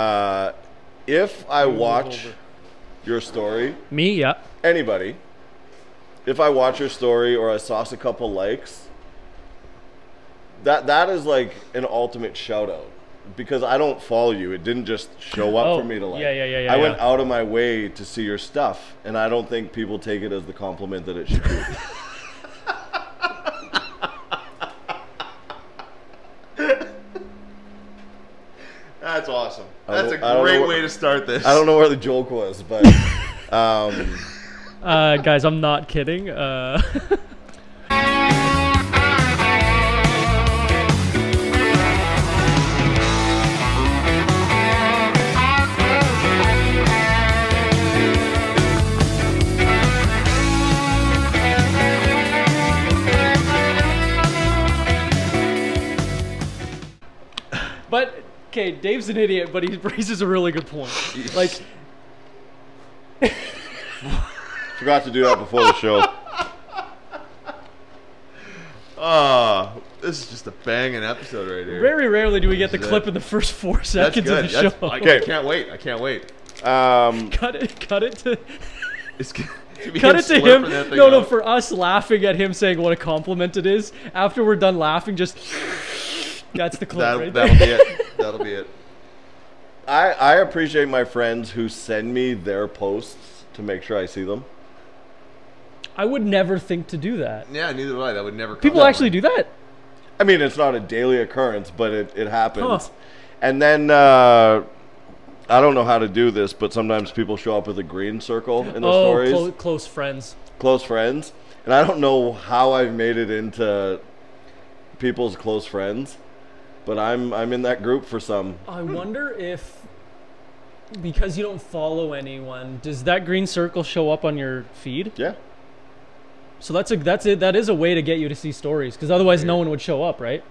Uh, if I watch your story, Me, yeah. anybody, if I watch your story or I saw a couple likes, that that is like an ultimate shout out because I don't follow you. It didn't just show up Oh, for me to like. yeah, yeah, yeah, yeah, I went yeah. out of my way to see your stuff, and I don't think people take it as the compliment that it should be. That's awesome. I That's a don't- I don't great know- way to start this. I don't know where the joke was, but um, Uh, guys, I'm not kidding. Uh, but okay, Dave's an idiot, but he raises a really good point. Like, forgot to do that before the show. Ah, this is just a banging episode right here. very rarely do we get the That's clip it. in the first four That's seconds good. of the That's, show. I, I Okay. can't wait. I can't wait. Um, cut it cut it to It's gonna be cut it to him slurping that thing no no up. for us laughing at him saying what a compliment it is after we're done laughing just that's the clip that, right there that'll be it. That'll be it. I, I appreciate my friends who send me their posts to make sure I see them. i would never think to do that Yeah, neither would I. That would never. Come people up. actually do that I mean, it's not a daily occurrence, but it, it happens. Huh. And then uh, I don't know how to do this, but sometimes people show up with a green circle in the oh stories, clo- close friends close friends. And I don't know how I've made it into people's close friends, but I'm I'm in that group for some. i wonder if because you don't follow anyone does that green circle show up on your feed Yeah. so that's a that's it that is a way to get you to see stories because otherwise no one would show up right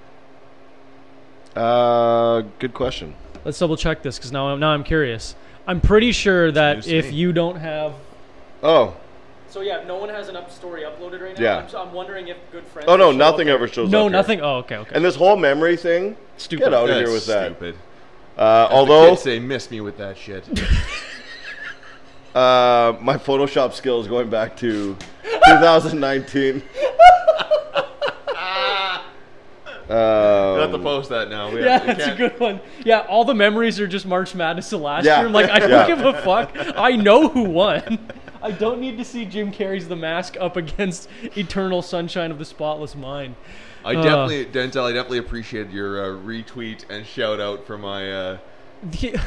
Uh, good question. Let's double check this because now I'm now I'm curious. I'm pretty sure that news to if me. you don't have, Oh, so yeah, no one has an up story uploaded right now. Yeah. I'm, so I'm wondering if good friends. oh no, will show up. nothing ever shows up. No, here. nothing. Oh, okay, okay. And this whole memory thing, Stupid. get out of That's here with that. stupid. Uh, the although kids say miss me with that shit. uh, my Photoshop skills going back to 2019. we have to Um, post that now. We yeah, have, we that's a can't- good one. Yeah, all the memories are just March Madness of last Yeah. year. I'm like, I don't Yeah. give a fuck. I know who won. I don't need to see Jim Carrey's The Mask up against Eternal Sunshine of the Spotless Mind. I Uh. definitely, Denzel, I definitely appreciate your uh, retweet and shout out for my. Uh,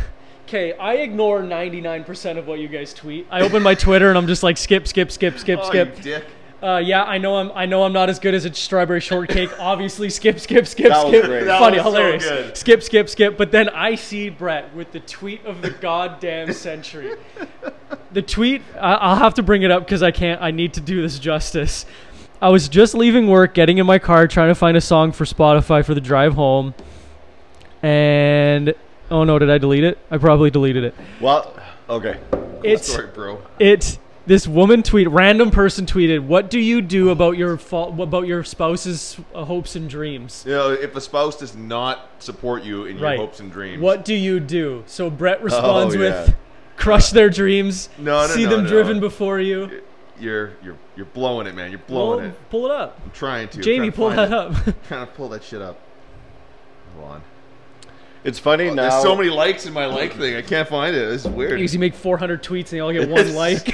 Okay, I ignore 99% of what you guys tweet. I open my Twitter and I'm just like skip, skip, skip, skip, oh, skip. you dick. Uh, yeah, I know I'm. I know I'm not as good as a strawberry shortcake. Obviously, skip, skip, skip, That was skip. great. That Funny, was so hilarious. good. skip, skip, skip. But then I see Brett with the tweet of the goddamn century. The tweet. I, I'll have to bring it up because I can't. I need to do this justice. I was just leaving work, getting in my car, trying to find a song for Spotify for the drive home, and oh no, did I delete it? I probably deleted it. well, okay. It's Sorry, bro. it's this woman tweet random person tweeted what do you do about your fault about your spouse's uh, hopes and dreams You know, if a spouse does not support you in your Right. hopes and dreams, what do you do so brett responds Oh, yeah. with crush their dreams Uh, No, no, see no, them no. driven before you You're you're you're blowing it, man. You're Well, blowing it. pull it up I'm trying to. I'm jamie trying to pull find that it. up Trying to pull that shit up. Hold on. It's funny now. There's so many likes in my like thing. I can't find it. It's weird. because you make 400 tweets and they all get one like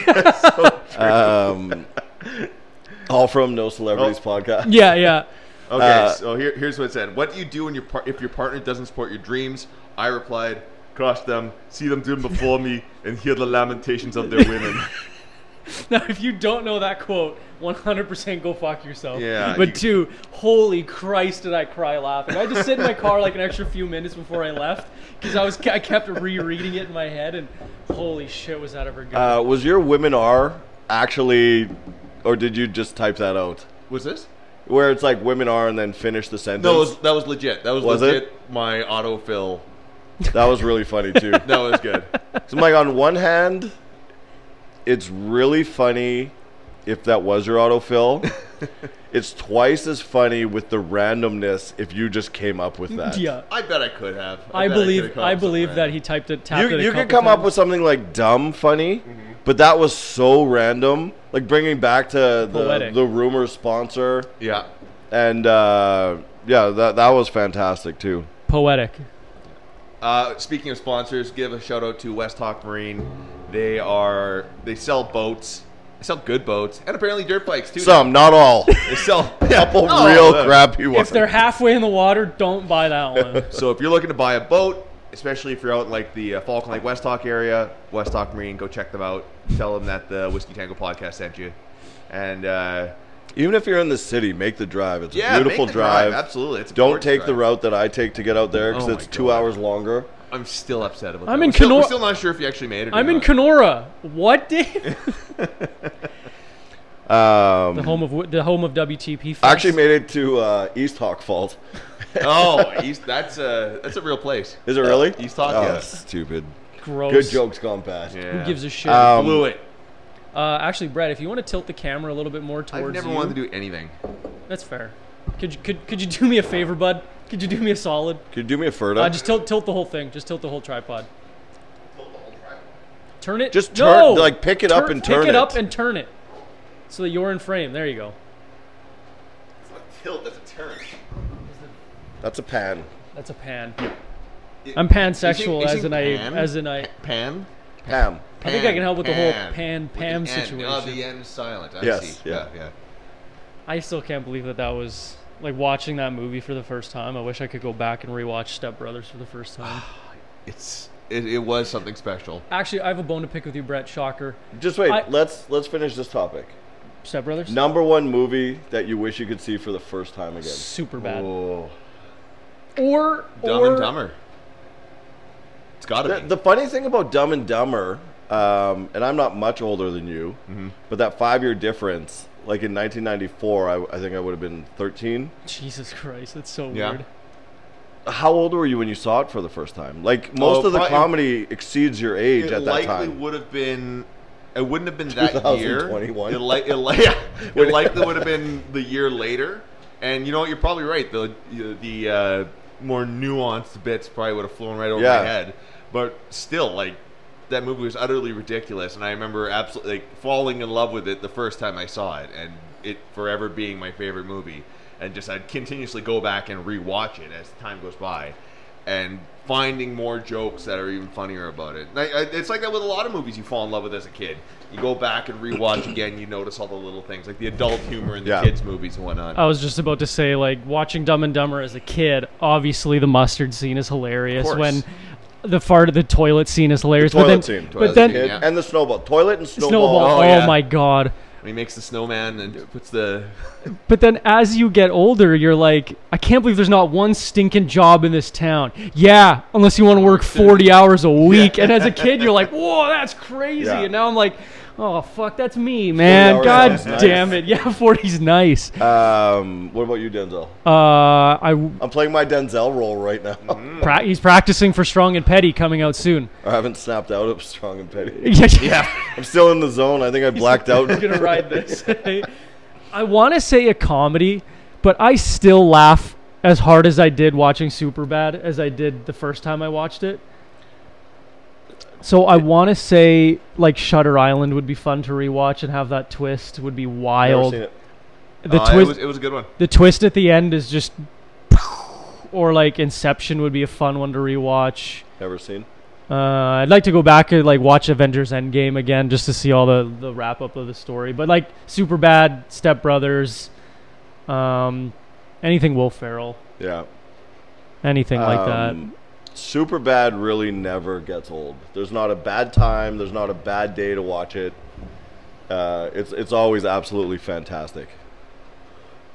Um, all from No Celebrities Oh. podcast. yeah yeah Okay, Uh, so here, here's what it said. What do you do when your par- if your partner doesn't support your dreams? I replied, crush them, see them doing before me, and hear the lamentations of their women. now if you don't know that quote 100% go fuck yourself Yeah, but you- two holy christ did i cry laughing i just sit in my car like an extra few minutes before i left because i was i kept rereading it in my head and holy shit was that ever good Uh, was your women are actually, or did you just type that out? Was this? Where it's like women are and then finish the sentence. No, that was, that was legit. That was, Was legit. it? My autofill. That was really funny too. That was good. So I'm like, on one hand, it's really funny if that was your autofill. It's twice as funny with the randomness if you just came up with that. Yeah. I bet I could have. I, bet could've believe come I up with believe something that random. he typed it tapped You it. a you could couple come up times. Mm-hmm. with something like dumb funny, but that was so random. Like bringing back to the, Poetic. the rumor sponsor Yeah. and uh, yeah, that that was fantastic too. poetic. Uh, speaking of sponsors, give a shout out to West Hawk Marine. They are they sell boats, they sell good boats, and apparently dirt bikes too. Some, not all. They sell couple Oh, real uh, crappy ones. If they're halfway in the water, don't buy that one. So if you're looking to buy a boat, especially if you're out in like the uh, Falcon Lake West Hawk area, West Hawk Marine, go check them out. Tell them that the Whiskey Tango podcast sent you. And uh, Even if you're in the city, make the drive. It's yeah, a make beautiful the drive. Absolutely, it's a Don't gorgeous take the drive. route that I take to get out there because Oh it's my two God. hours longer. I'm still upset about. I'm that. in we're still, we're Kenora- still not sure if you actually made it. or I'm in not. Kenora. What, Dave? the Um, home of w- the home of WTP. Fest. I actually made it to uh, East Hawk Falls. oh, East, that's a that's a real place. Is it really? Uh, East Hawk, Oh, yeah. that's stupid. gross. Good joke's gone past. Yeah. Who gives a shit? Um, Blew it. uh, actually, Brett, if you want to tilt the camera a little bit more towards I've never you, wanted to do anything. that's fair. Could you could could you do me a favor, bud? Could you do me a solid? Could you do me a Ferda? Uh, just tilt tilt the whole thing. Just tilt the whole tripod. Turn it. Just no! turn- like, pick it up and turn Pick it. it up and turn it, so that you're in frame. There you go. It's not tilt. That's a turn. That's a pan. That's a pan. It- I'm pansexual Is he- is as he an I pan? as an I. Pan. Pam. I think I can help with the whole Pan. pan- With Pam the N. Oh, situation. the N silent. I Yes, see. yeah. yeah. I still can't believe that that was like watching that movie for the first time. I wish I could go back and rewatch Step Brothers for the first time. It's it, it was something special. Actually, I have a bone to pick with you, Brett. Shocker. Just wait. I- let's let's finish this topic. Step Brothers. Number one movie that you wish you could see for the first time again. Super bad. Oh, Or Dumb or and Dumber. It's gotta The, be. the funny thing about Dumb and Dumber, um, and I'm not much older than you, Mm-hmm. but that five year difference, like in 1994, I, I think I would have been 13. Jesus Christ, that's so Yeah. weird. How old were you when you saw it for the first time? Like most Oh, of the probably- comedy exceeds your age it at that likely time. would have been. It wouldn't have been that year. 2021. It, li- it, li- yeah, it likely would have been the year later. And you know what? You're probably right. The the uh, more nuanced bits probably would have flown right over Yeah. my head. But still, like that movie was utterly ridiculous, and I remember absolutely like, falling in love with it the first time I saw it, and it forever being my favorite movie. And just I'd continuously go back and rewatch it as time goes by, and finding more jokes that are even funnier about it. And I, I, it's like that with a lot of movies you fall in love with as a kid. You go back and rewatch again, you notice all the little things, like the adult humor in the Yeah. kids' movies and whatnot. I was just about to say, like watching Dumb and Dumber as a kid. Obviously, the mustard scene is hilarious. course. When the fart of the toilet scene is hilarious. Toilet but then, scene. but Toilet then scene, yeah. And the snowball. Toilet and snowball. snowball. Oh, Oh, yeah. my god. When he makes the snowman and puts the But then as you get older, you're like, I can't believe there's not one stinking job in this town. Yeah, unless you want to work 40 hours a week. And as a kid, you're like, whoa, that's crazy. Yeah. And now I'm like, oh, fuck, that's me, man. hours God sounds nice. damn it. Yeah, 40's nice. Uh, Um, what about you, Denzel? I, I'm playing my Denzel role right now. Mm-hmm. pra- he's practicing for Strong and Petty coming out soon. I haven't snapped out of Strong and Petty. yeah. I'm still in the zone. I think I blacked out. I'm gonna ride this. I want to say a comedy, but I still laugh as hard as I did watching Superbad as I did the first time I watched it. So I want to say like Shutter Island would be fun to rewatch and have that twist would be Never wild. seen it. The Uh, it, twist, was, it was a good one. the twist at the end is just, or like Inception would be a fun one to rewatch. Never seen. Uh, I'd like to go back and like watch Avengers Endgame again just to see all the, the wrap up of the story. But like Super Bad, Step Brothers, um, anything Will Ferrell, Yeah. anything like that. Um, Super bad really never gets old. There's not a bad time. There's not a bad day to watch it. Uh, it's it's always absolutely fantastic.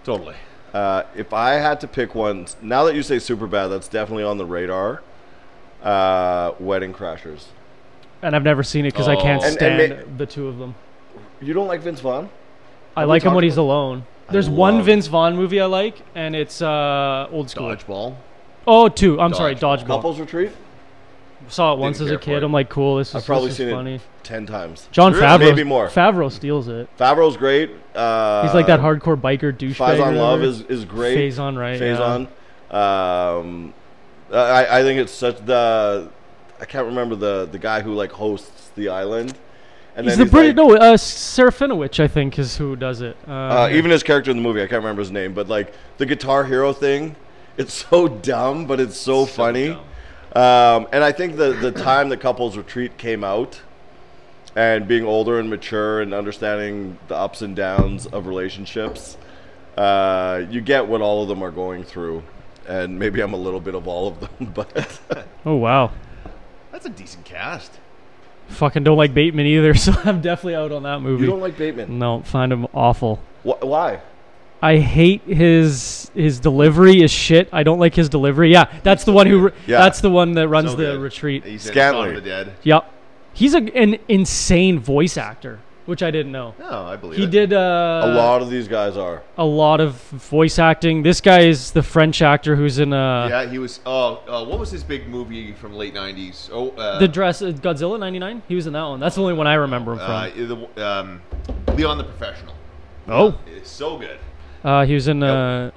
Totally. Uh, if I had to pick one, now that you say super bad, that's definitely on the radar. Uh, Wedding Crashers. And I've never seen it because I can't Oh. And- and stand ma- the two of them. You don't like Vince Vaughn? I we like him talked when he's about- alone. There's one love- Vince Vaughn movie I like, and it's uh, Old School. Dodgeball. Oh, two. I'm sorry, Dodgeball. Dodgeball. Couples Retreat. saw it once Didn't as a care for kid. it. I'm like, cool. This is, I've probably this is seen funny. it ten times. John Really? Favreau, Maybe more. Favreau steals it. Favreau's great. Uh, He's like that hardcore biker douchebag. Phase or on Love whatever. is, is great. Phase on, right? Phase yeah. on. Um, I, I think it's such the I can't remember the the guy who like hosts the island. And He's then the British. like- no, uh, Serafinowicz, I think, is who does it. Uh, Uh, even his character in the movie, I can't remember his name, but like the Guitar Hero thing, it's so dumb, but it's so, funny. dumb. Um, and I think the the time that Couples Retreat came out, and being older and mature and understanding the ups and downs of relationships, uh, you get what all of them are going through. And maybe I'm a little bit of all of them, but oh wow, That's a decent cast. fucking don't like Bateman either, so I'm definitely out on that movie. you don't like Bateman. no, find him awful. Wh- why? I hate his his delivery is shit. I don't like his delivery. Yeah, that's the one who. Yeah. That's the one that runs So the good. retreat. He's Scantley. in Dawn of the Dead. Yep, he's a, an insane voice actor, which I didn't know. No, I believe He it. did uh, a lot of these guys are. a lot of voice acting. This guy is the French actor who's in uh, Yeah, he was. Oh, uh, what was his big movie from late '90s? Oh, uh, the dress uh, Godzilla '99. He was in that one. That's the only one I remember him uh, from. the um, Leon the Professional. Oh, It's so good. uh, he was in uh,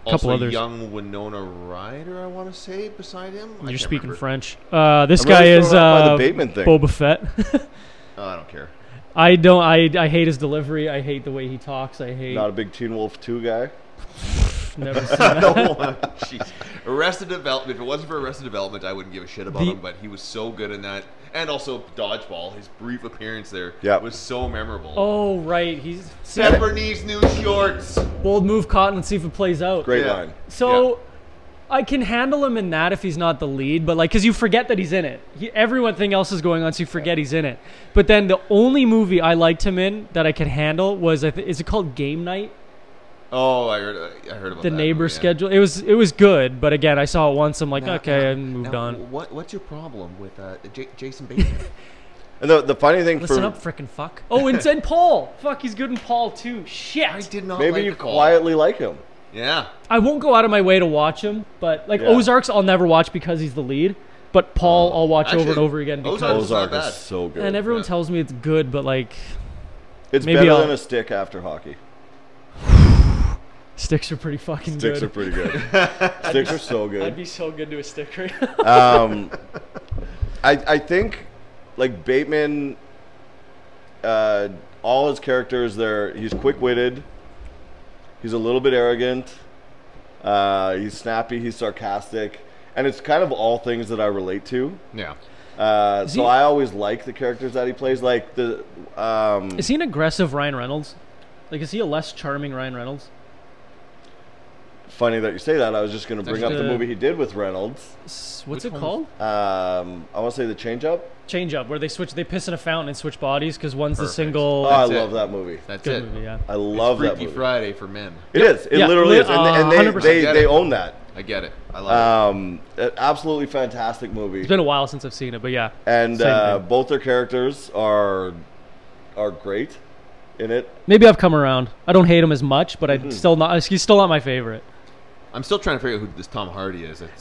a couple also others. young Winona Ryder, I want to say, beside him. I You're can't speaking remember. French. Uh, this I'm guy really is thrown off by the uh, Bateman thing. Boba Fett. Oh, I don't care. I don't. I, I hate his delivery. I hate the way he talks. I hate. Not a big Teen Wolf 2 guy. never seen that. Jeez. Arrested Development. If it wasn't for Arrested Development, I wouldn't give a shit about The- him. But he was so good in that, and also Dodgeball. His brief appearance there Yeah. was so memorable. Oh right, he's see, Pepperoni's new shorts. bold move caught and see if it plays out. Great Yeah. line. So. Yeah. I can handle him in that if he's not the lead, but like, cause you forget that he's in it. He, everyone thing else is going on, so you forget he's in it. But then the only movie I liked him in that I could handle was, I th- is it called Game Night? Oh, I heard. I heard about The that neighbor movie, yeah. schedule. It was it was good, but again, I saw it once. I'm like, Now- okay, now- I moved now, on. What What's your problem with uh, J- Jason Bateman? And the, the funny thing Listen for up, frickin' fuck. Oh, and, and Paul. Fuck, he's good in Paul too. Shit. I did not. maybe like you Paul. quietly like him. Yeah. I won't go out of my way to watch him, but like Yeah. Ozarks, I'll never watch because he's the lead. But Paul, I'll watch over and Actually, over again because. Ozark- Ozark not is bad. so good. and everyone yeah. tells me it's good, but like it's maybe better I'll- than a stick after hockey. sticks are pretty fucking Sticks good. are pretty good. Sticks are so I'd good. be so good to a stick right Um, I I think like Bateman, uh, all his characters there. He's quick witted. He's a little bit arrogant. Uh, he's snappy. He's sarcastic, and it's kind of all things that I relate to. Yeah. Uh, so he- I always like the characters that he plays. Like the um, Is he an aggressive Ryan Reynolds? Like, is he a less charming Ryan Reynolds? funny that you say that. I was just going to bring up the Actually- movie he did with Reynolds. S- What's Which it one was- called? Um, I want to say the change up. Change up, where they switch, they piss in a fountain and switch bodies because one's the Perfect. single. Oh, I That's it. love that movie. That's good it. movie, yeah. I love that Freaky movie. Friday for men. It is. It Yeah, literally li- is, and, uh, they- and 100%. they, they they own that. I get it. I love Um, a- absolutely fantastic movie. It's been a while since I've seen it, but yeah. And Same uh, thing. both. both their characters are are great in it. Maybe I've come around. I don't hate him as much, but Mm-hmm. I still not. uh, He's still not my favorite. it. I'm still trying to figure out who this Tom Hardy is.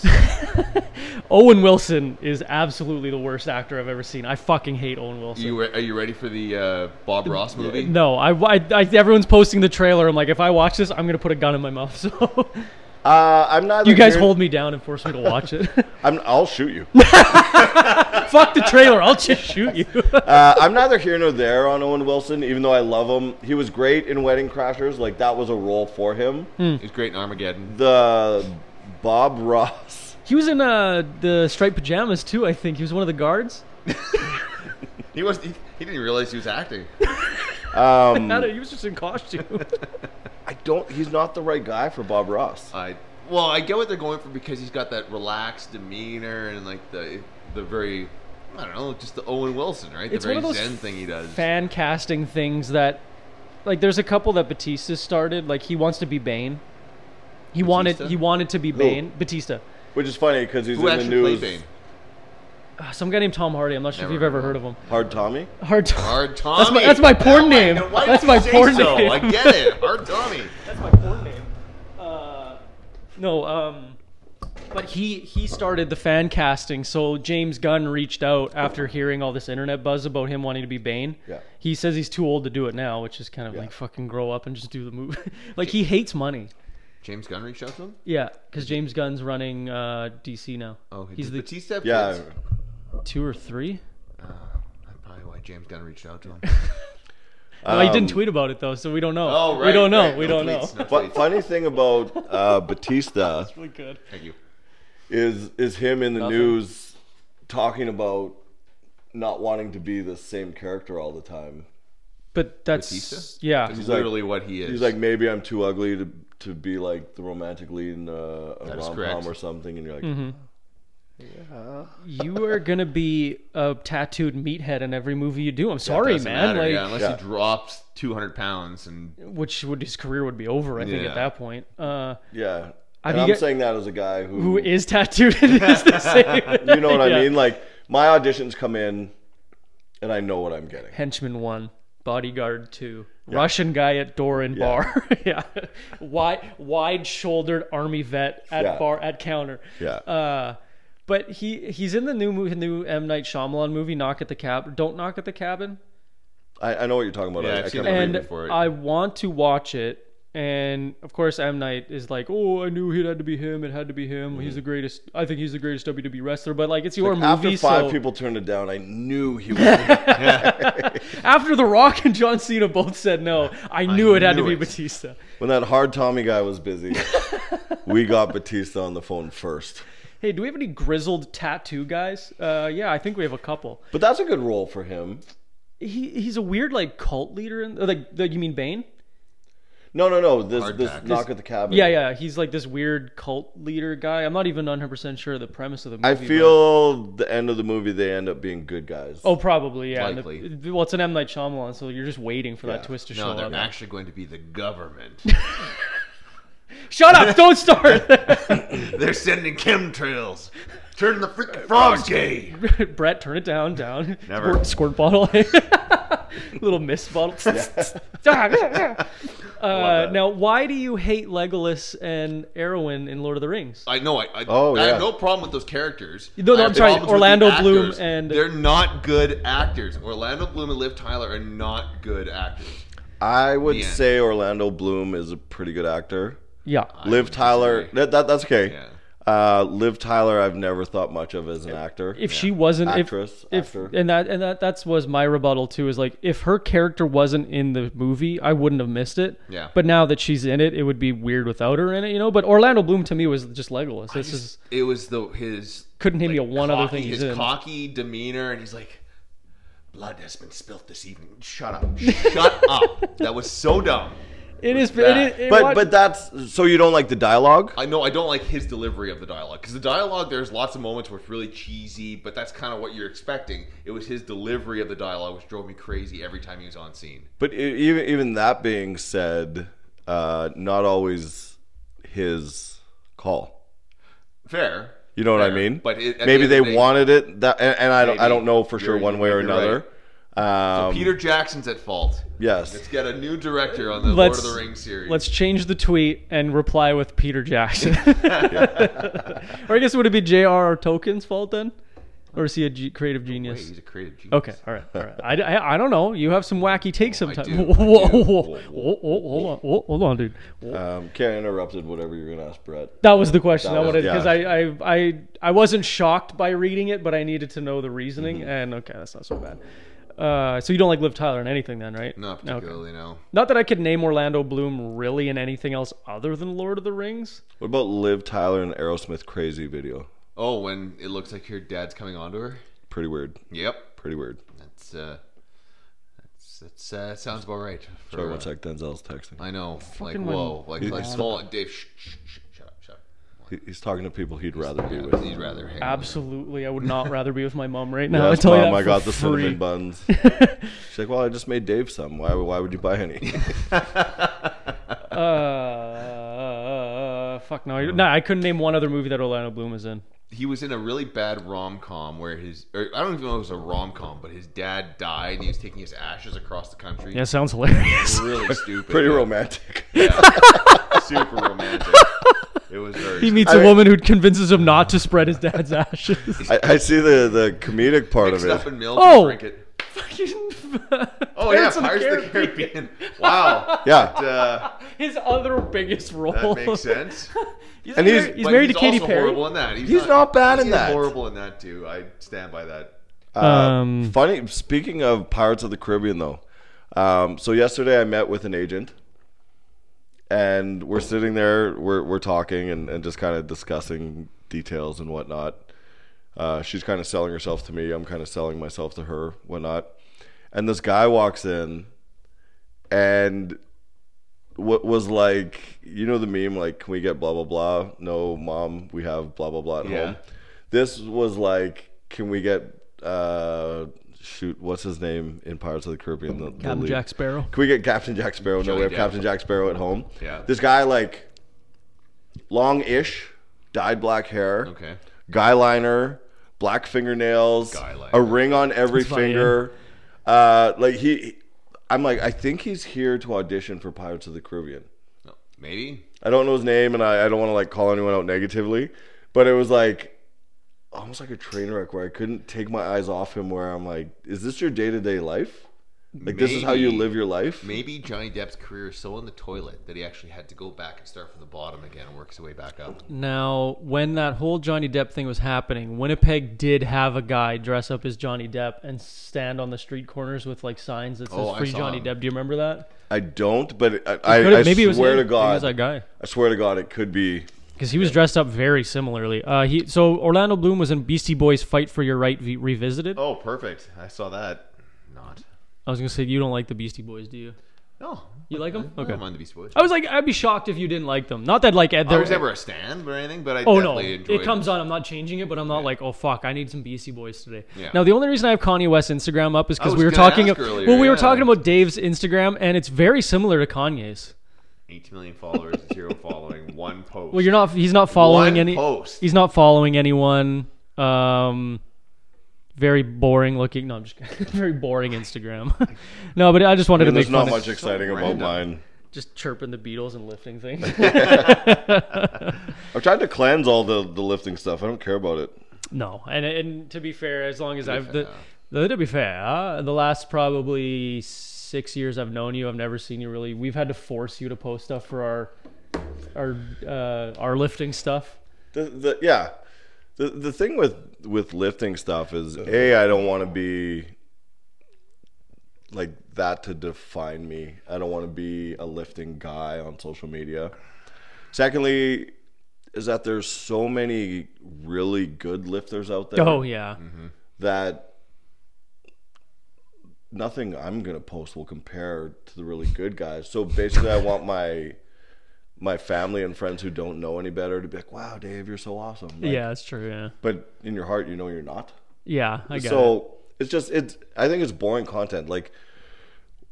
It's, Owen Wilson is absolutely the worst actor I've ever seen. I fucking hate Owen Wilson. you re- are you ready for the uh, Bob Ross movie? no, I, I, I- Everyone's posting the trailer. I'm like, if I watch this, I'm gonna put a gun in my mouth. So Uh, I'm not. you guys hold me down and force me to watch it. I'm, I'll shoot you. Fuck the trailer. I'll just shoot you. Uh, I'm neither here nor there on Owen Wilson, even though I love him. He was great in Wedding Crashers. Like that was a role for him. He's great in Armageddon. The Bob Ross. he was in uh, the striped pajamas too. I think he was one of the guards. He was. He, he didn't realize he was acting. Mm. Um, Not a- he was just in costume. I don't. He's not the right guy for Bob Ross. I well, I get what they're going for because he's got that relaxed demeanor and like the the very I don't know, just the Owen Wilson, right? The It's very one of those zen thing he does. fan casting things that like there's a couple that Batista started like he wants to be Bane. He wanted Batista? he wanted to be Bane, Batista. Which is funny because he's Who in the actually played news. Bane? Uh, some guy named Tom Hardy. I'm not sure Never if you've ever heard heard of of him. Hard Tommy. Hard Tom. Hard Tommy. That's my- that's my porn Oh name. God, why That's did my you say porn so? name. I get it. Hard Tommy. That's my porn name. Uh, no, um But he he started the fan casting, so James Gunn reached out after hearing all this internet buzz about him wanting to be Bane. Yeah. He says he's too old to do it now, which is kind of like fucking grow up and just do the movie. like he hates money. James Gunn reached out to him. Yeah, because James Gunn's running uh, DC now. Oh, he he's did the Batista. have Yeah, kids? two or three. That's probably why James Gunn reached out to him. Oh, he didn't Um, tweet about it though, so we don't know. oh, right. we don't know. right. We No don't tweets, know. no Fu- tweets. funny thing about uh, Batista Really good. Thank you. is is him in the news talking about not wanting to be the same character all the time. But that's Batista? yeah. That's like- literally what he is. He's like, maybe I'm too ugly to to be like the romantic lead in a, a That is rom correct. com or something. And you're like, Mm-hmm. You are gonna be a tattooed meathead in every movie you do. I'm sorry, Doesn't man. matter, like, yeah, unless Yeah. he drops 200 pounds and which would his career would be over, I think, Yeah. at that point. Uh, yeah. I And mean, I'm get- saying that as a guy who, who is tattooed and is the same? you know what Yeah. I mean? Like my auditions come in, and I know what I'm getting. Henchman one, bodyguard two, Russian guy at door and bar, yeah, wide wide shouldered army vet at Yeah. bar at counter. Yeah. Uh, but he he's in the new movie, new M Night Shyamalan movie, Knock at the Cab. Don't knock at the cabin. I, I know what you're talking about. Yeah, I, I've I can't seen that. remember. and for it. I want to watch it. And of course, M Night is like, "Oh, I knew it had to be him. It had to be him. He's the greatest. I think he's the greatest WWE wrestler." But like, it's your movie. After five so people turned it down, I knew he was. after The Rock and John Cena both said no, I knew it had to knew be it. Batista. when that hard Tommy guy was busy, we got Batista on the phone first. Hey, do we have any grizzled tattoo guys? Uh, yeah, I think we have a couple. But that's a good role for him. He he's a weird like cult leader. In, like the, you mean Bane? No, no, no. This Hard this pack. knock at the cabin. Yeah, yeah. He's like this weird cult leader guy. I'm not even 100 percent sure of the premise of the movie. I but- feel the end of the movie they end up being good guys. Oh, probably yeah. And the- Likely. well, it's an M Night Shyamalan, so you're just waiting for that Yeah. twist to show no, they're up. actually going to be the government. Shut up! Don't start. they're sending chemtrails. Turn the Uh, freaking frogs gay. Brett, turn it down, down. Never. Squirt, squirt bottle. Little mist bottle. uh, now, why do you hate Legolas and Arwen in Lord of the Rings? I know. I, I, Oh, I yeah. have no problem with those characters. No, no, I have I'm sorry, problems with Orlando the Bloom actors. and- they're not good actors. Orlando Bloom and Liv Tyler are not good actors. I would The end. say Orlando Bloom is a pretty good actor. Yeah. Liv Tyler, that, that that's okay. Yeah. Uh, Liv Tyler, I've never thought much of as an actor. If she wasn't if- Actress, if, actor. and that and that that's was my rebuttal too is like if her character wasn't in the movie, I wouldn't have missed it. Yeah. But now that she's in it, it would be weird without her in it, you know. But Orlando Bloom to me was just Legolas. This is It was the his couldn't name me a one other cocky- thing he's his in. cocky demeanor, and he's like, "Blood has been spilt this evening. Shut up! Shut up!" That was so dumb. It is, bad. it is it but was- but that's so you don't like the dialogue. I know I don't like his delivery of the dialogue because the dialogue there's lots of moments where it's really cheesy, but that's kind of what you're expecting. It was his delivery of the dialogue which drove me crazy every time he was on scene. But e- even even that being said, uh, not always his call. Fair. You know what I Fair. mean? But it, at the maybe end they of the day- wanted it that, and, and I don't I Maybe. don't know for sure You're- one way or you're another. Um, Peter Jackson's at fault. yes, Let's get a new director on the Let's- Lord of the Rings series. Let's change the tweet and reply with Peter Jackson. or I guess would it be J.R.R. Tolkien's fault then? Or is he a ge- creative Wait, genius? he's a creative genius. Okay, all right, all right. I, I, I don't know. You have some wacky takes Oh, sometimes. do, I Whoa, whoa, do. whoa, whoa, whoa, hold on, whoa, hold on, dude. Whoa. um, Karen interrupted whatever you're gonna ask Brett. That was the question that I was- wanted yeah. because I, I, I, I wasn't shocked by reading it, but I needed to know the reasoning. Mm-hmm. And okay, that's not so bad. Uh, so you don't like Liv Tyler in anything then, right? Not Okay. particularly, no. Not that I could name Orlando Bloom really in anything else other than Lord of the Rings. What about Liv Tyler and Aerosmith crazy video? Oh, when it looks like your dad's coming onto her? Pretty weird. Yep. Pretty weird. That's, uh, that's, that's uh, sounds about right. for, Sorry, uh, one sec. Denzel's texting. I know. Like, my whoa. Like, like small. Dave, shh, shh, shh, shut up, shut up. He- He's talking to people he'd rather be with. He'd rather hang out. Absolutely, I would not rather be with my mom right now. I Yes, tell you mom, that I for got the free. cinnamon buns. She's like, well, I just made Dave some. Why, why would you buy any? Uh, fuck no, I, Mm. no, I couldn't name one other movie that Orlando Bloom is in. He was in a really bad rom com where his, or I don't even know if it was a rom com, but his dad died and he was taking his ashes across the country. Yeah, sounds hilarious. Really stupid. Pretty Yeah. romantic. super romantic. It was very. He meets I a mean- woman who convinces him not to spread his dad's ashes. I, I see the, the comedic part mixed of up it. in milk Oh! and drink it. Fucking Oh Pirates yeah, of the Pirates of the Caribbean. Caribbean. Wow. Yeah. That, uh, His other biggest role. that makes sense. He's And he's- mar- he's But married he's to Katy also Perry. Horrible in that. He's, He's not bad in he is that. Horrible in that too. I stand by that. Uh, Um, Funny. Speaking of Pirates of the Caribbean, though, um, so yesterday I met with an agent, and we're sitting there, we're we're talking and, and just kind of discussing details and whatnot. Uh, she's kind of selling herself to me. I'm kind of selling myself to her, whatnot. And this guy walks in, and what was like, you know, the meme like, can we get blah blah blah? No, mom, we have blah blah blah at Yeah. home. This was like, can we get uh, shoot? What's his name in Pirates of the Caribbean? The, the Captain lead? Jack Sparrow. Can we get Captain Jack Sparrow? No, Johnny we have Depp. Captain Jack Sparrow at home. Yeah. This guy, like, long ish, dyed black hair, Okay. guy liner, black fingernails, Guy liner. a ring on every That's funny, finger. Uh, like, he, I'm like, I think he's here to audition for Pirates of the Caribbean. No, maybe. I don't know his name and I, I don't want to, like, call anyone out negatively, but it was like, Almost like a train wreck where I couldn't take my eyes off him. Where I'm like, is this your day to day life? Like, this is how you Maybe. live your life? Maybe Johnny Depp's career is so in the toilet that he actually had to go back and start from the bottom again and work his way back up. Now, when that whole Johnny Depp thing was happening, Winnipeg did have a guy dress up as Johnny Depp and stand on the street corners with like signs that says Oh, I "Free saw Johnny him. Depp." Do you remember that? I don't, but it- I, Could I, I maybe it was swear him. to Maybe it God, was that guy. I swear to God, it could be. because he was dressed up very similarly. Uh, he so Orlando Bloom was in Beastie Boys' "Fight for Your Right" v- revisited. Oh, perfect. I saw that. Not. I was gonna say you don't like the Beastie Boys, do you? No. You like 'em? I, I Okay. don't mind the Beastie Boys. I was like, I'd be shocked if you didn't like them. Not that like at I was their. never a stan or anything, but I Oh no! definitely enjoyed It comes on. I'm not changing it, but I'm not like, oh fuck, I need some Beastie Boys today. Yeah. Now the only reason I have Kanye West's Instagram up is because was we were gonna talking. ask earlier, well, we were yeah. talking about Dave's Instagram, and it's very similar to Kanye's. 18 million followers, zero following, one post. Well, you're not. He's not following One any. post. He's not following anyone. Um, very boring looking. No, I'm just kidding. very boring Instagram. no, but I just wanted And to make there's not fun much of exciting about random. mine. just chirping the Beatles and lifting things. I've tried to cleanse all the, the lifting stuff. I don't care about it. no, and and to be fair, as long as I've fair. the, the to be fair, uh, the last probably six years I've known you, I've never seen you really. We've had to force you to post stuff for our our uh, our lifting stuff. The, the, yeah, the the thing with with lifting stuff is a I don't want to be like that to define me. I don't want to be a lifting guy on social media. Secondly, is that there's so many really good lifters out there. Oh yeah, Mm-hmm. that nothing I'm gonna post will compare to the really good guys. So basically, I want my my family and friends who don't know any better to be like, "Wow, Dave, you're so awesome." Like, yeah, that's true. Yeah, But in your heart, you know you're not. yeah, I get it. so it's just it's. I think it's boring content. Like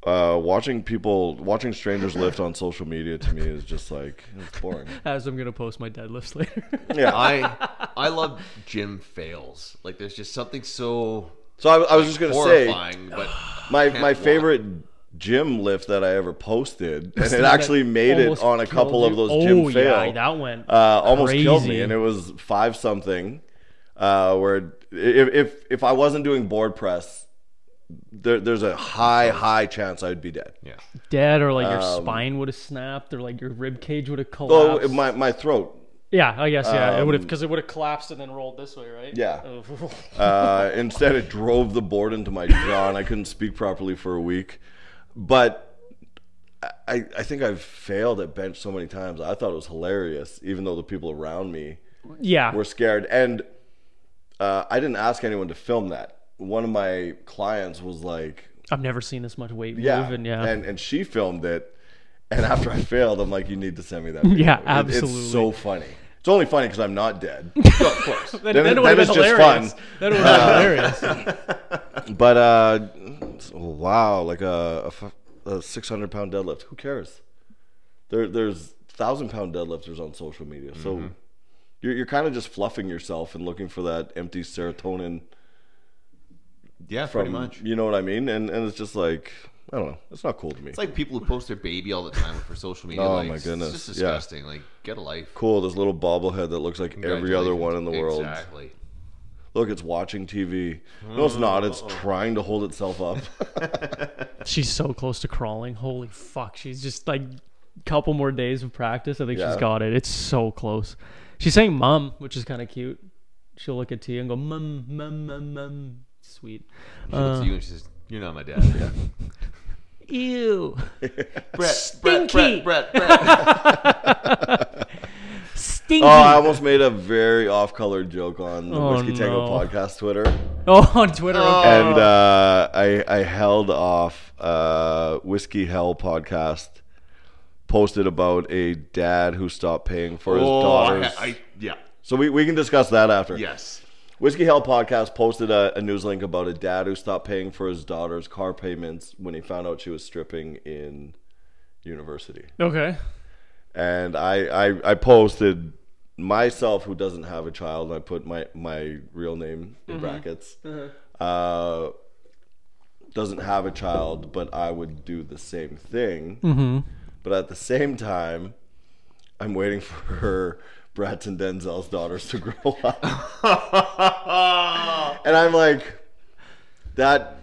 uh, watching people watching strangers lift on social media to me is just like it's boring. As I'm gonna post my deadlifts later. Yeah. I I love gym fails. Like there's just something so so I, I was just gonna say. horrifying, but My my walk. favorite gym lift that I ever posted, and it actually made it Almost on a couple killed of you. those gym oh, fail. Yeah, that went. uh, almost killed me, crazy. and it was five something. Uh, where if, if if I wasn't doing board press, there, there's a high high chance I'd be dead. yeah. Dead or like your um, spine would have snapped or like your rib cage would have Oh, collapsed. my my throat. yeah, I guess yeah, it would have because it would have collapsed and then rolled this way, right? Um, Yeah. Oh. Uh, instead, it drove the board into my jaw, and I couldn't speak properly for a week. But I, I think I've failed at bench so many times. I thought it was hilarious, even though the people around me yeah. were scared. And uh, I didn't ask anyone to film that. One of my clients was like, I've never seen this much weight "Yeah," moving. Yeah. and and she filmed it. And after I failed, I'm like, "You need to send me that." Video. Yeah, It- absolutely. It's so funny. It's only funny because I'm not dead. No, of course. then, then then it- it then would have it's been just hilarious. fun. Uh, That would have been hilarious. But uh, wow, like a, a f- a 600 pound deadlift. Who cares? There, there's thousand pound deadlifters on social media. Mm-hmm. So you're, you're kind of just fluffing yourself and looking for that empty serotonin Yeah, from, pretty much. you know what I mean? And, and it's just like, I don't know. That's not cool to me. It's like people who post their baby all the time for social media. Oh, likes. my goodness. It's just Yeah. disgusting. Like, get a life. cool. This little bobblehead that looks like every other one in the world. Exactly. Look, it's watching TV. No, it's not. Mm. It's trying to hold itself up. She's so close to crawling. Holy fuck. She's just like couple more days of practice. I think Yeah. she's got it. It's so close. She's saying mum, which is kind of cute. She'll look at T and go mum mum mum mum. Sweet. She looks Uh, at you and she says, "You're not my dad." Yeah. Ew. Brett, Stinky. Brett, Brett, Brett, Brett. Stinky. oh, I almost made a very off-color joke on the Oh, Whiskey Tango no. podcast Twitter, Oh, on Twitter. okay. Oh. and uh, I I held off uh, Whiskey Hell podcast. Posted about a dad who stopped paying for his Oh, daughters. I, I, yeah. so we, we can discuss that after. Yes. Whiskey Hell podcast posted a, a news link about a dad who stopped paying for his daughter's car payments when he found out she was stripping in university. Okay. and I, I I posted myself who doesn't have a child. I put my my real name Mm-hmm. in brackets. Uh-huh. Uh, doesn't have a child, but I would do the same thing. Mm-hmm. But at the same time, I'm waiting for her. Bratz and Denzel's daughters to grow up, and I'm like, that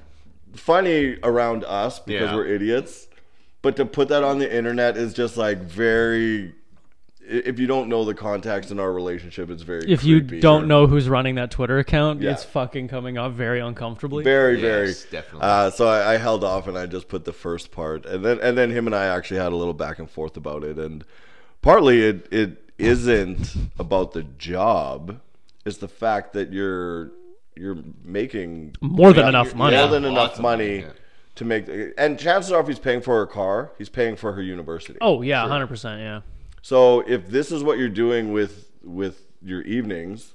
funny around us because Yeah. we're idiots but to put that on the internet is just like very i- if you don't know the context in our relationship it's very If you creepy. don't know who's running that Twitter account, Yeah. it's fucking coming off very uncomfortably. very Yes, very definitely. uh, so I, I held off and i just put the first part and then and then him and i actually had a little back and forth about it and partly it it isn't about the job it's the fact that you're you're making More than enough you're- money. more than Yeah, enough lots of money, money yeah. to make and chances are if he's paying for her car he's paying for her university Oh yeah, hundred percent. Yeah. So if this is what you're doing with with your evenings,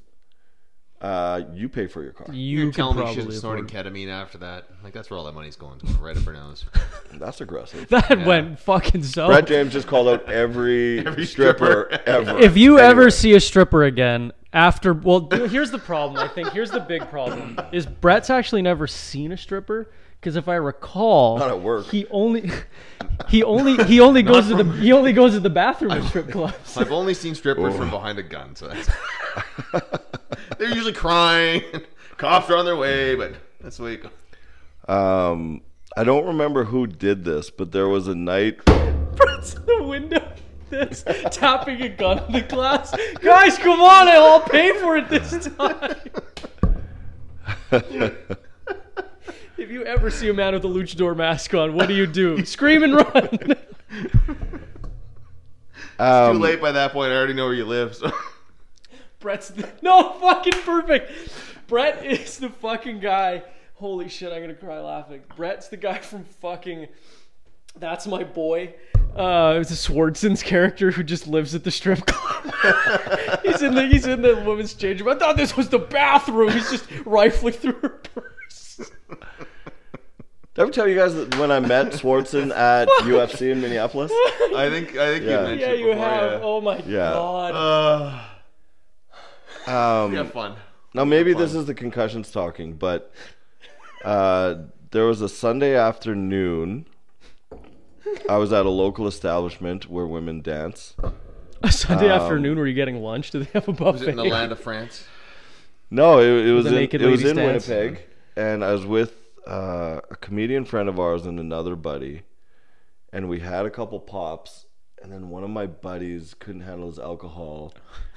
uh, you pay for your car. You You're can telling me probably she was snorting afford- ketamine after that? Like that's where all that money's going. It's going right up her nose. That's aggressive. that went fucking so. Brett James just called out every, Every stripper, stripper. ever. if you Anyway. ever see a stripper again after well here's the problem i think here's the big problem is brett's actually never seen a stripper because if i recall Not at work. he only he only he only goes to the he only goes to the bathroom at strip clubs I've only seen strippers from behind a gun, so that's. They're usually crying. Cops are on their way, but that's the way it goes. um, I don't remember who did this, but there was a night. brett's in the window this tapping a gun on the glass guys come on i'll pay for it this time if you ever see a man with a luchador mask on what do you do scream and run Um, Too late by that point. I already know where you live. So. Brett's the, no fucking perfect. Brett is the fucking guy. Holy shit, I'm gonna cry laughing. Brett's the guy from fucking. That's my boy. Uh, it's a Swartzen's character who just lives at the strip club. he's in the he's in the women's change room. I thought this was the bathroom. He's just rifling through her purse. Did I ever tell you guys that when I met Swartzen at UFC in Minneapolis? I think I think Yeah. you mentioned Yeah, it you before, have. yeah. Oh my Yeah. god. Uh, Um, have fun. Now maybe this is the concussions talking, but uh, there was a Sunday afternoon. I was at a local establishment where women dance. A Sunday afternoon, were you getting lunch? Do they have a buffet? Um, Was it in the land of France? No, it, it was The in, naked it was ladies in dance? Winnipeg, and I was with uh, a comedian friend of ours and another buddy, and we had a couple pops, and then one of my buddies couldn't handle his alcohol,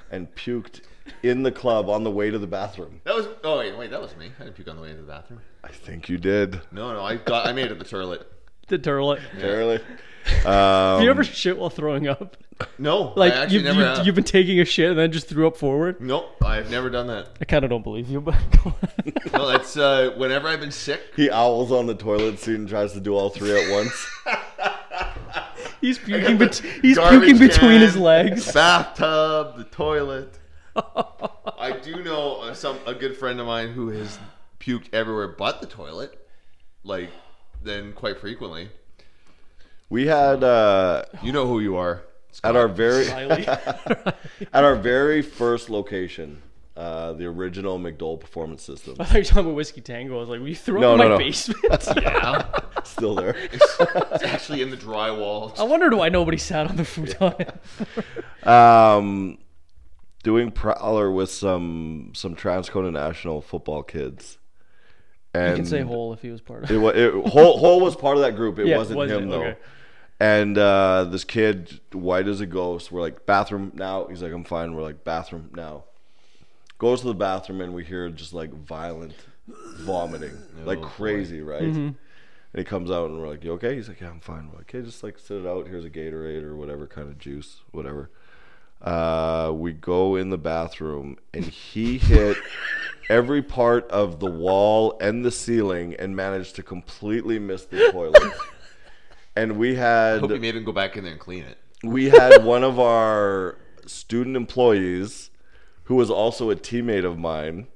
and puked in the club on the way to the bathroom. That was. Oh wait, wait, that was me. I didn't puke on the way into the bathroom. I think you did, No, no, I got. I made it to the toilet. The turlet. apparently. Um, Do you ever Um, shit while throwing up? No, I Like actually you, never. you, have. you've been taking a shit and then just threw up forward. Nope, I've never done that. I kind of don't believe you, but No, that's uh, whenever I've been sick. He owls on the toilet seat and tries to do all three at once. he's puking. Bet- he's Garbage puking between can, his legs. Bathtub, the toilet. I do know uh, some a good friend of mine who has puked everywhere but the toilet, like then quite frequently. We had uh, You know who you are. at our very Riley. at our very first location, uh, the original McDowell Performance System. I thought you were talking about whiskey tango. I was like, "Will you throw No, up in no, my no. basement?" yeah. Still there. It's actually in the drywall. I wondered why nobody sat on the futon. Um, doing prowler with some some Transcona National football kids. And you can say Hole if he was part of It, it. wa- it Hole, Hole was part of that group. It Yeah, wasn't was him it? though. Okay. And uh, this kid, white as a ghost, we're like bathroom now. He's like, I'm fine. We're like bathroom now. Goes to the bathroom and we hear just like violent vomiting, like boy. crazy, right? Mm-hmm. And he comes out and we're like, "You okay?" He's like, "Yeah, I'm fine." We're like, "Okay, just like sit it out. Here's a Gatorade or whatever kind of juice, whatever." Uh, we go in the bathroom and he hit every part of the wall and the ceiling and managed to completely miss the toilet. and we had Hope you made him go back in there and clean it. we had one of our student employees who was also a teammate of mine.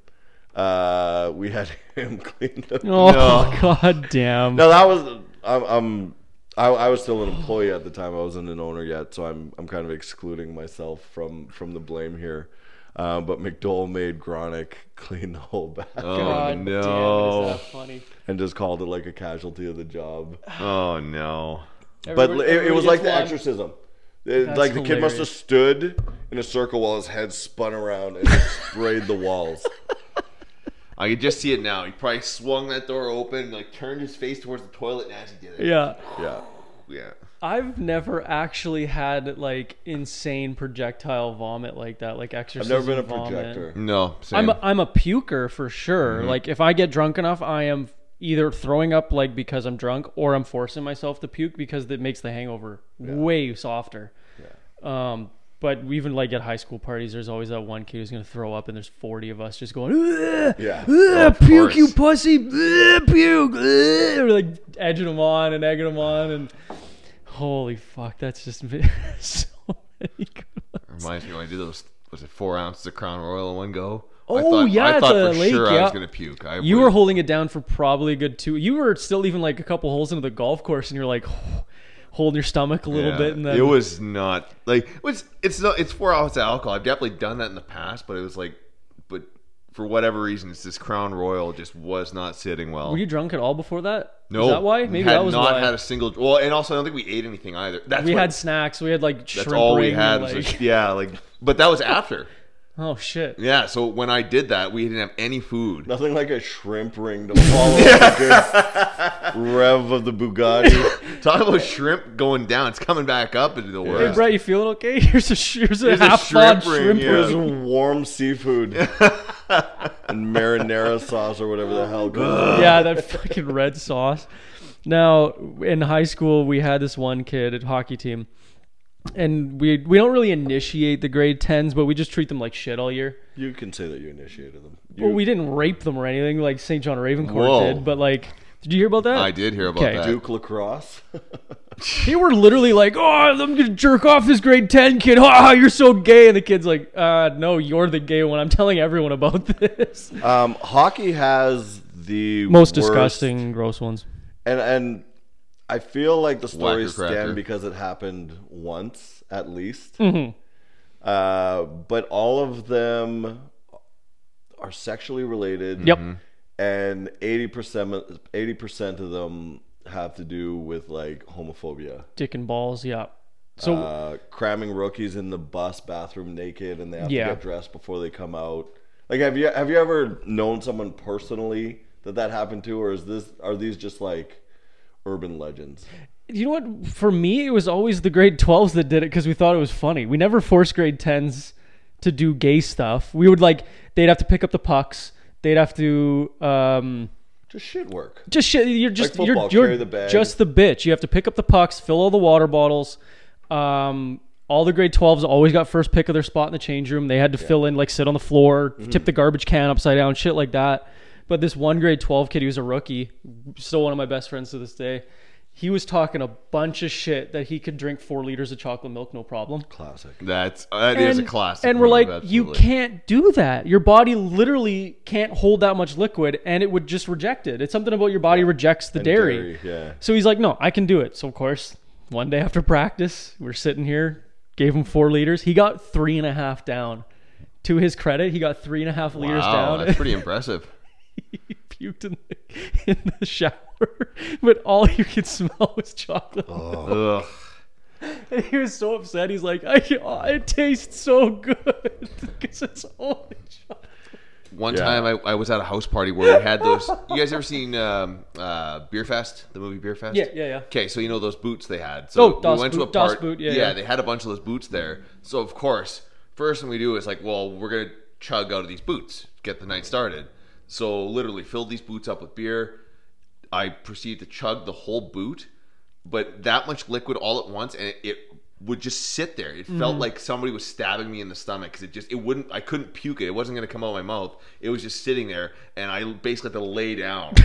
Uh, we had him clean up. Oh No. god damn! No, that was I'm, I'm I, I was still an employee at the time. I wasn't an owner yet, so I'm I'm kind of excluding myself from from the blame here. Uh, but McDowell made Gronick clean the whole back God damn, Oh, no. is that funny? and just called it like a casualty of the job. Oh no. But it, Everybody- it everybody was like gets the one. exorcism. It- like the kid must have hilarious. stood in a circle while his head spun around and just sprayed the walls. I can just see it now. He probably swung that door open, like turned his face towards the toilet, and as he did it, Yeah, Yeah. yeah. I've never actually had like insane projectile vomit like that, like I've exorcism. never been a vomit. projector. No, I'm same. Mm-hmm. a, I'm a puker for sure. Like if I get drunk enough, I am either throwing up like because I'm drunk or I'm forcing myself to puke because that makes the hangover way softer. Um, but even like at high school parties, there's always that one kid who's gonna throw up, and there's 40 of us just going, "Ugh, Yeah. ugh, puke, Oh, course. you pussy, ugh, puke. ugh." We're like edging them on and egging them on, and holy fuck, that's just so many good ones. Reminds me when I did those. Was it four ounces of Crown Royal in one go? Oh, I thought, yeah, I at thought the for lake, sure I yeah. was gonna puke. I You would- were holding it down for probably a good two. You were still leaving like a couple holes into the golf course, and you're like holding your stomach a little Yeah, bit. And then it was not like it was. It's not. It's four ounces of alcohol. I've definitely done that in the past, but it was like, but for whatever reason, it's this Crown Royal just was not sitting well. were you drunk at all before that? no, is that why? Maybe had that was not why. had a single. Well, and also I don't think we ate anything either. That's we what- had snacks. We had like shrimp That's all we ring and, had. was like- like- yeah, like, but that was after. oh shit! Yeah, so when I did that, we didn't have any food. Nothing like a shrimp ring to follow the good rev of the Bugatti. Talk about shrimp going down; it's coming back up into the Hey, world. Brett, you feeling okay? Here's a sh- here's a Here's a half shrimp pod ring, shrimp yeah. It ring. was warm seafood and marinara sauce or whatever the hell. Goes yeah, that fucking red sauce. Now, in high school, we had this one kid at hockey team, and we we don't really initiate the grade tens, but we just treat them like shit all year. you can say that you initiated them. You, Well, we didn't rape them or anything like St. John Ravencourt Whoa. did, but like, did you hear about that? I did hear about Okay. that. Duke lacrosse. They were literally like, "Oh, I'm gonna jerk off this grade ten kid. Ha ha, you're so gay." And the kid's like, "Uh, no, you're the gay one. I'm telling everyone about this." um, hockey has the worst- Most disgusting, gross ones. and and I feel like the story Whacker cracker. stem because it happened once at least. Uh, but all of them are sexually related. Yep. Mm-hmm. and eighty percent eighty percent of them have to do with like homophobia. Dick and balls. Yeah. So Uh, cramming rookies in the bus bathroom naked, and they have Yeah. to get dressed before they come out. Like, have you have you ever known someone personally that that happened to, or is this are these just like urban legends? you know what? For me, it was always the grade 12s that did it because we thought it was funny. We never forced grade 10s to do gay stuff. We would like they'd have to pick up the pucks. They'd have to um, Just shit work. just shit. You're just Like football, you're, carry you're the bag. just the bitch. You have to pick up the pucks, fill all the water bottles. Um, all the grade 12s always got first pick of their spot in the change room. They had to fill in, like sit on the floor, Mm-hmm. tip the garbage can upside down, shit like that. But this one grade 12 kid, he was a rookie, still one of my best friends to this day. He was talking a bunch of shit that he could drink four liters of chocolate milk, no problem. Classic. That's that is a And- classic. And we're move, like, you absolutely. can't do that. Your body literally can't hold that much liquid, and it would just reject it. It's something about your body rejects the dairy. Dairy, yeah. So he's like, no, I can do it. So of course, one day after practice, we're sitting here, gave him four liters. He got three and a half down. To his credit, he got three and a half liters Wow, down. that's Oh, pretty impressive. he puked in the, in the shower, but all you could smell was chocolate. Oh, Ugh. And he was so upset. He's like, I, oh, it tastes so good because it's only chocolate. One Yeah. time I, I was at a house party where we had those. You guys ever seen um, uh, Beer Fest? The movie Beer Fest? Yeah, yeah, yeah. Okay, so you know those boots they had. So Oh, Das we went to a Boot- Das part- Boot, yeah, yeah. they had a bunch of those boots there. So of course, first thing we do is like, well, we're gonna chug out of these boots, get the night started. So literally filled these boots up with beer. I proceeded to chug the whole boot, but that much liquid all at once, and it, it would just sit there. It Mm. felt like somebody was stabbing me in the stomach because it just it wouldn't. I couldn't puke it. It wasn't going to come out of my mouth. It was just sitting there, and I basically had to lay down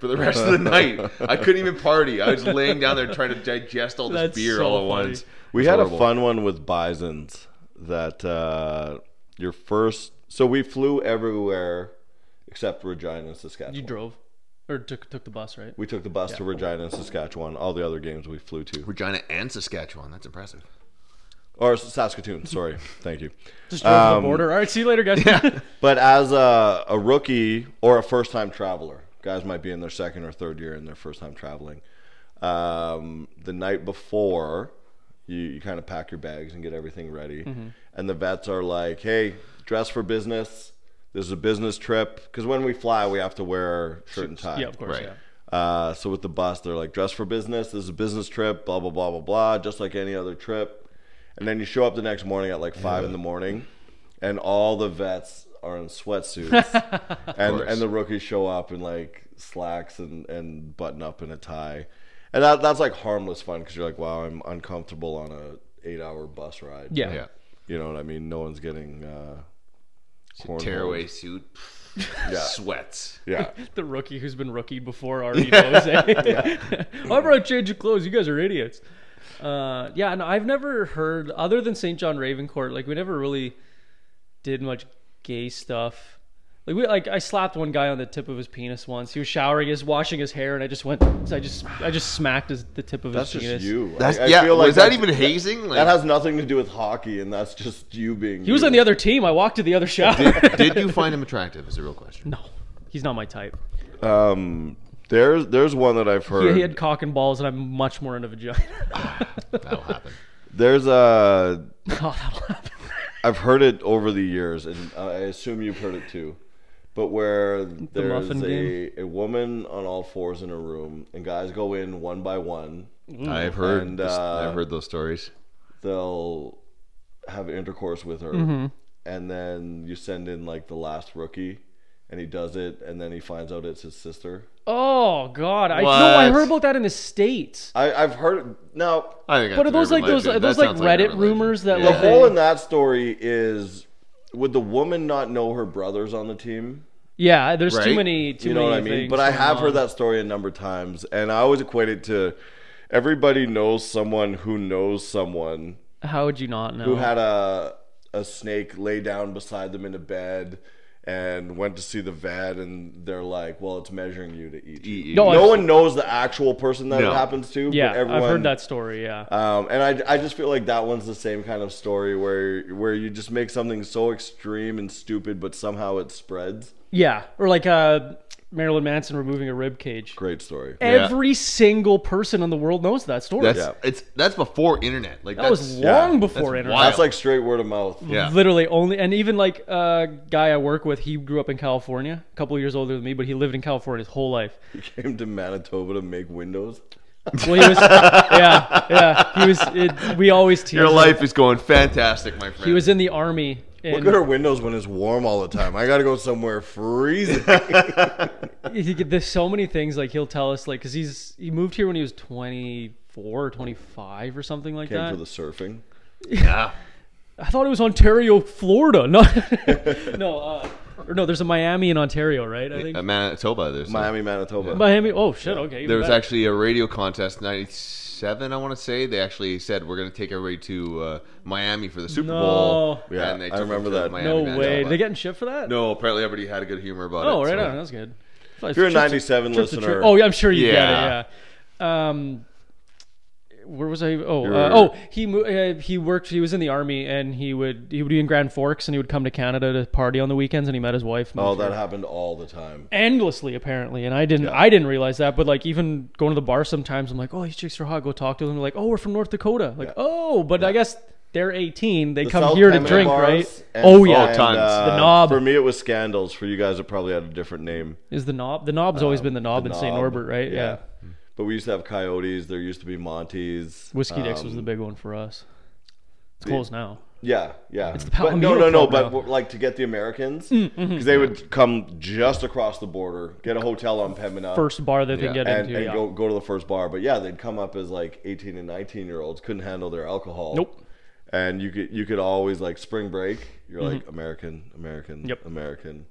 for the rest of the night. I couldn't even party. I was laying down there trying to digest all this That's beer so all at funny. once. We It's had horrible. a fun one with bisons that uh, your first. So we flew everywhere except Regina, Saskatchewan. You drove or took, took the bus, right? we took the bus to Regina, Saskatchewan. All the other games we flew to, Regina and Saskatchewan. That's impressive. or Saskatoon. sorry, thank you. Just drove to the border. All right, see you later, guys. But as a, a rookie or a first time traveler, guys might be in their second or third year and their first time traveling. Um, the night before, you, you kind of pack your bags and get everything ready. And the vets are like, hey, dress for business. This is a business trip. Because when we fly, we have to wear shirt and tie. yeah, of course. Right. Yeah. Uh, so with the bus, they're like, dress for business. This is a business trip, blah, blah, blah, blah, blah, just like any other trip. And then you show up the next morning at like five in the morning, and all the vets are in sweatsuits. and, course. and the rookies show up in like slacks and, and button up and a tie. And that, that's like harmless fun because you're like, wow, I'm uncomfortable on a eight hour bus ride. Yeah. Yeah. You know what I mean? No one's getting. Uh, cornholed. Tearaway suit. Yeah. Sweats. Yeah. The rookie who's been rookied before already knows. eh? I brought change of clothes. You guys are idiots. Uh, yeah, no, I've never heard other than St. John Ravencourt. Like we never really did much gay stuff. Like we like I slapped one guy on the tip of his penis once. He was showering, he was washing his hair, and I just went. I just I just smacked his, the tip of That's his just penis. you. I- That's, I yeah. feel was that that's- even hazing? Like, That has nothing to do with hockey, and that's just you being. He was on the other team. I walked to the other shower. did you find him attractive? Is the real question. no, he's not my type. the. Um, there's there's one that I've heard. He, he had cock and balls, and I'm much more into vagina. That'll happen. There's a. oh, that'll happen. I've heard it over the years, and I assume you've heard it too. But where there's muffin a, a woman on all fours in a room, and guys go in one by one, Mm. I've heard. And, uh, I've heard those stories. they'll have intercourse with her, Mm-hmm. and then you send in like the last rookie, and he does it, and then he finds out it's his sister. Oh God! I no, I What? heard about that in the states. I, I've heard now. I think. But are that's those an like urban those are legend. those That like sounds an Reddit urban rumors that legend. The like hole in that story is would the woman not know her brothers on the team? yeah? There's too Right? many too you know many what I mean? things But I going have on. heard that story a number of times, and I always equate it to everybody knows someone who knows someone How would you not know? who had a a snake lay down beside them in a bed and went to see the vet, and they're like, "Well, it's measuring you to eat." you." E- e- No, No I've- one knows the actual person that No. it happens to. yeah, but everyone, I've heard that story. Yeah, Um, and I, I just feel like that one's the same kind of story where where you just make something so extreme and stupid, but somehow it spreads. yeah, or like uh, Marilyn Manson removing a rib cage. Great story. Every single person in the world knows that story. That's Yeah. it's that's before internet. Like that that's, was yeah, long before that's internet. wild. That's like straight word of mouth. yeah. Literally only, and even like a guy I work with, he grew up in California, a couple years older than me, but he lived in California his whole life. He came to Manitoba to make windows. Well, he was, yeah, yeah. He was. It, we always tease. Your him. life is going fantastic, my friend. He was in the army. What And good are windows when it's warm all the time? I gotta go somewhere freezing. he- there's so many things like he'll tell us like because he's he moved here when he was 24 or 25 or something like Came that. for the surfing. yeah. I thought it was Ontario, Florida. No, no, uh, or no. There's a Miami in Ontario, right? I think At Manitoba, there's a- Miami, Manitoba. Miami. Oh shit. Okay. even um, there was better. actually a radio contest '97. I want to say they actually said we're going to take everybody to uh, Miami for the Super No. Bowl. Yeah, and they I took them remember to that. Miami, no Manitoba. way. They getting shit for that? no. Apparently, everybody had a good humor about Oh, it. right so- on. That's good. If you're a Trip to- '97 trip to listener, trip- Oh, yeah, I'm sure you Yeah. get it. Yeah. Um, where was I? Oh, You're- uh, oh, he mo- uh, he worked. He was in the army, and he would he would be in Grand Forks, and he would come to Canada to party on the weekends, and he met his wife. Oh, moved that here. happened all the time. endlessly apparently, and I didn't I didn't realize that. But like even going to the bar sometimes, I'm like, oh, these chicks are hot. Go talk to them. They're like, oh, we're from North Dakota. Like, oh, but I guess they're 18. They The come South here to Pamela drink, bars right? and- uh, oh yeah, Oh, tons. The knob. For me, it was scandals. For you guys, it probably had a different name. is the knob the knob's always been the knob Um, The in Saint Knob, Norbert, right? Yeah. But we used to have coyotes. There used to be Montes. Um, Whiskey Dicks was the big one for us. It's closed now. Yeah, yeah. It's the but no, Palomino no, no. Club But now. Mm, mm-hmm. we're- like to get the Americans, because they would come just across the border, get a hotel on Pembina, First bar that Yeah. they get and, into. and yeah. go go to the first bar. But yeah, they'd come up as like eighteen and nineteen year olds, couldn't handle their alcohol. Nope. And you could you could always like spring break. You're like American, American, Mm-hmm. Yep. American.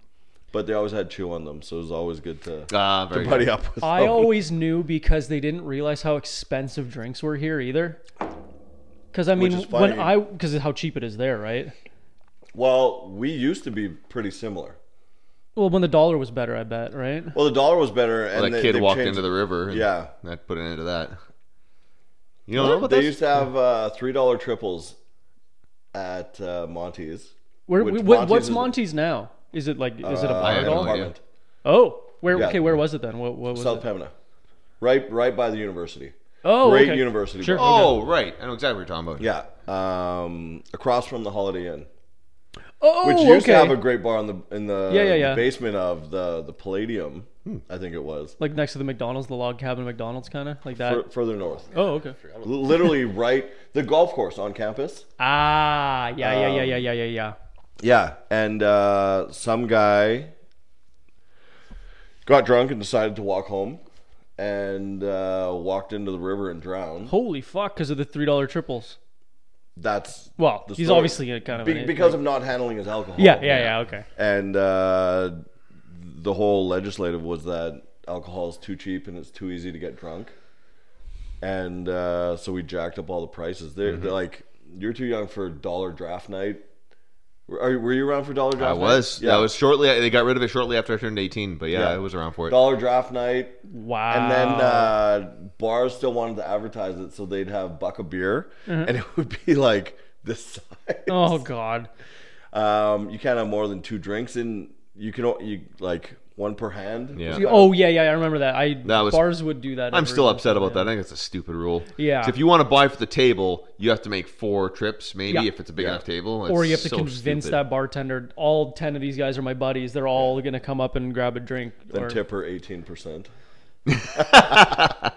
But they always had chew on them, so it was always good to Ah, very buddy good. up with. I them. always knew because they didn't realize how expensive drinks were here either. Because I mean, is when funny. I because how cheap it is there, right? Well, we used to be pretty similar. Well, when the dollar was better, I bet, right? Well, the dollar was better, and Well, they- that kid they've walked changed- into the river. And Yeah. That put an end to that. You don't know about they this? used to have uh, three dollar triples at uh, Monty's. Where, Which wh- Monty's what's is it? Monty's now? Is it like is it a Uh, bar I at have all? no idea. Oh, where Yeah. okay, where was it then? What, what was South it? Pemina, right, right by the university. Oh, Great okay. university. Sure. bar. oh, right. I know exactly what you're talking about. Yeah, um, across from the Holiday Inn, Oh, which used okay. to have a great bar in the in the, Yeah, yeah, yeah. basement of the the Palladium, Hmm. I think it was. like next to the McDonald's, the log cabin McDonald's, kind of like that. Fur- further north, oh, okay. L- literally right the golf course on campus. Ah, yeah, yeah, yeah, yeah, yeah, yeah, yeah. Yeah, and uh, some guy got drunk and decided to walk home, and uh, walked into the river and drowned. Holy fuck, because of the three dollar triples. That's Well, the he's story. obviously a kind of Be- an- because of not handling his alcohol. yeah, yeah, yeah, okay. And uh, the whole legislative was that alcohol is too cheap and it's too easy to get drunk, and uh, so we jacked up all the prices. They're, Mm-hmm. they're like, "You're too young for dollar draft night." Were, are, were you around for dollar draft? night? I was. That was shortly. They got rid of it shortly after I turned 18. But yeah, Yeah. I was around for it. dollar draft night. Wow. And then uh, bars still wanted to advertise it, so they'd have buck a beer, and it would be like this size. oh god, Um, you can't have more than two drinks, and you can o- you like one per hand. Yeah. oh yeah, yeah, I remember that. I That was- bars would do that. I'm every- still upset about that. I think it's a stupid rule. Yeah. 'Cause If you want to buy for the table, you have to make four trips, maybe Yeah. if it's a big enough table. Or It's you have to so convince stupid. that bartender. All ten of these guys are my buddies. They're all gonna come up and grab a drink. Then or tip her eighteen percent. Yeah,